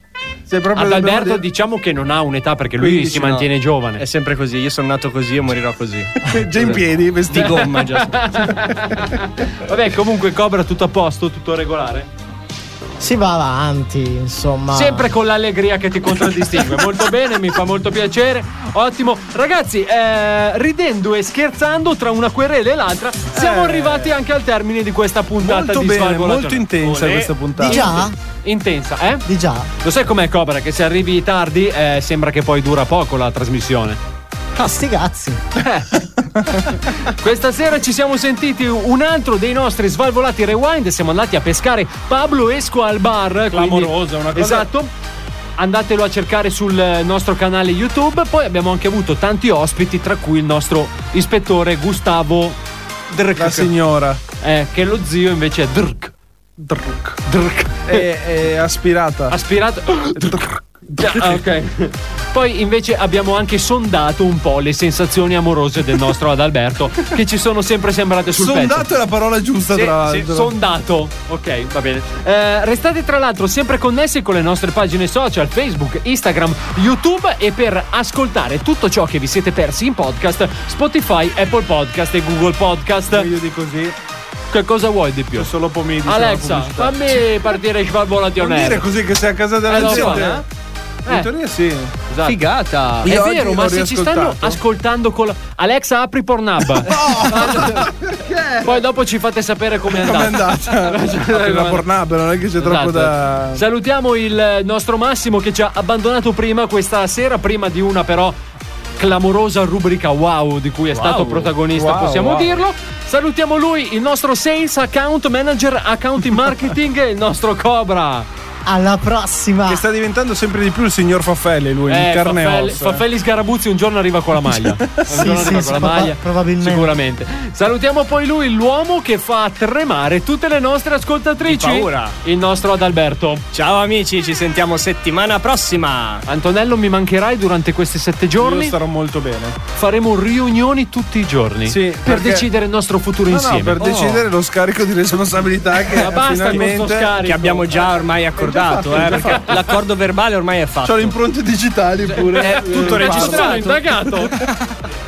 S8: Sei proprio
S9: Ad
S8: la memoria-
S9: Alberto diciamo che non ha un'età perché lui
S3: 15,
S9: si mantiene
S3: no.
S9: giovane.
S8: Eh,
S3: È sempre così, io sono nato così e morirò così.
S8: Già
S9: Esatto.
S8: in piedi,
S3: Di
S8: vestito.
S3: gomma già.
S9: [LAUGHS] Vabbè, comunque Cobra tutto a posto, tutto regolare.
S16: Si va avanti, insomma.
S9: Sempre con l'allegria che ti contraddistingue. molto bene, mi fa molto piacere. Ottimo. Ragazzi, eh, ridendo e scherzando tra una querela e l'altra, siamo
S8: Eh.
S9: arrivati anche al termine di questa puntata
S8: Molto
S9: di
S8: bene,
S9: Svalvolazione.
S8: molto intensa
S9: Olè.
S8: questa puntata.
S16: Di già?
S9: Intensa, eh?
S16: Di già.
S9: Lo sai com'è Cobra? Che se arrivi tardi eh, sembra che poi dura poco la trasmissione.
S8: [LAUGHS]
S16: Ah, sti cazzi.
S9: Questa sera ci siamo sentiti un altro dei nostri svalvolati rewind. Siamo andati a pescare Pablo Esco al bar. quindi-
S8: Clamoroso, una cosa-
S9: Esatto. Andatelo a cercare sul eh, nostro canale YouTube. Poi abbiamo anche avuto tanti ospiti, tra cui il nostro ispettore Gustavo Drk.
S8: La signora.
S9: Eh, che lo zio invece è Drk.
S8: Druc.
S9: Drk.
S8: Eh, È, è aspirata. [GASPS]
S9: Aspirato. Drk. Ah, ok. Poi invece abbiamo anche sondato un po' le sensazioni amorose del nostro Adalberto, che ci sono sempre sembrate sul
S8: Sondato
S9: pezzo.
S8: è la parola giusta,
S9: Sì,
S8: tra
S9: sì,
S8: l'altro.
S9: sondato. Ok, va bene. Eh, restate tra l'altro sempre connessi con le nostre pagine social, Facebook, Instagram, YouTube e per ascoltare tutto ciò che vi siete persi in podcast, Spotify, Apple Podcast e Google Podcast. Meglio
S8: di così.
S9: Che cosa vuoi di più?
S8: solo pomini.
S9: Alexa, fammi partire Svalvolati on
S8: Non dire
S9: air.
S8: così che sei a casa della
S9: Eh, lo so,
S8: gente.
S9: eh?
S8: In teoria sì.
S9: Esatto. Figata.
S8: Io
S9: è
S8: oggi
S9: vero,
S8: l'ho
S9: ma se ci stanno
S8: riascoltato.
S9: ascoltando con la- Alexa, apri Pornhub. Poi dopo ci fate sapere com'è
S8: Com'è
S9: andata. [LAUGHS]
S8: andata? Apri la Pornhub, non è che c'è
S9: Esatto.
S8: troppo da.
S9: Salutiamo il nostro Massimo che ci ha abbandonato prima questa sera, prima di una però clamorosa rubrica wow di cui è stato protagonista,
S27: Wow,
S9: possiamo
S27: wow.
S9: dirlo. Salutiamo lui, il nostro sales account manager, accounting marketing, il nostro Cobra.
S16: Alla prossima.
S8: Che sta diventando sempre di più il signor Faffelli, lui, il carne e
S9: Eh, Faffelli,
S8: ossa. eh.
S9: Faffelli Sgarabuzzi un giorno arriva con
S8: [LAUGHS]
S9: la maglia. Un
S16: Sì,
S9: giorno
S16: sì,
S9: arriva
S16: sì,
S9: con la
S16: proba-
S9: maglia.
S16: probabilmente.
S9: Sicuramente. Salutiamo poi lui, l'uomo che fa tremare tutte le nostre ascoltatrici.
S28: Di paura.
S9: Il nostro Adalberto.
S28: Ciao amici, ci sentiamo settimana prossima.
S9: Antonello, mi mancherai durante questi sette giorni.
S28: Io starò
S8: molto bene.
S9: Faremo riunioni tutti i giorni.
S8: Sì,
S9: per
S8: perché-
S9: decidere il nostro futuro
S8: No, no,
S9: insieme.
S8: per
S9: Oh.
S8: decidere lo scarico di responsabilità
S9: [LAUGHS]
S8: che
S28: Ma basta con
S8: finalmente
S28: sto scarico. Che abbiamo già ormai accordato, eh, perché l'accordo verbale ormai è fatto.
S8: C'ho le impronte digitali pure.
S28: Esatto. Cioè, È tutto
S8: Eh,
S28: registrato.
S9: indagato.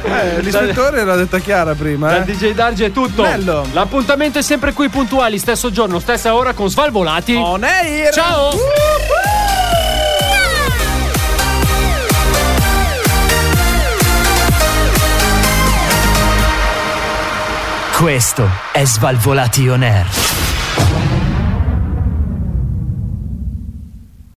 S8: Eh, l'ispettore l'ha detta chiara prima.
S9: Dal
S8: eh.
S9: DJ Darge è tutto.
S8: Bello.
S9: L'appuntamento è sempre qui puntuali, stesso giorno, stessa ora con Svalvolati.
S8: On air.
S9: Ciao.
S3: Questo è Svalvolation Air.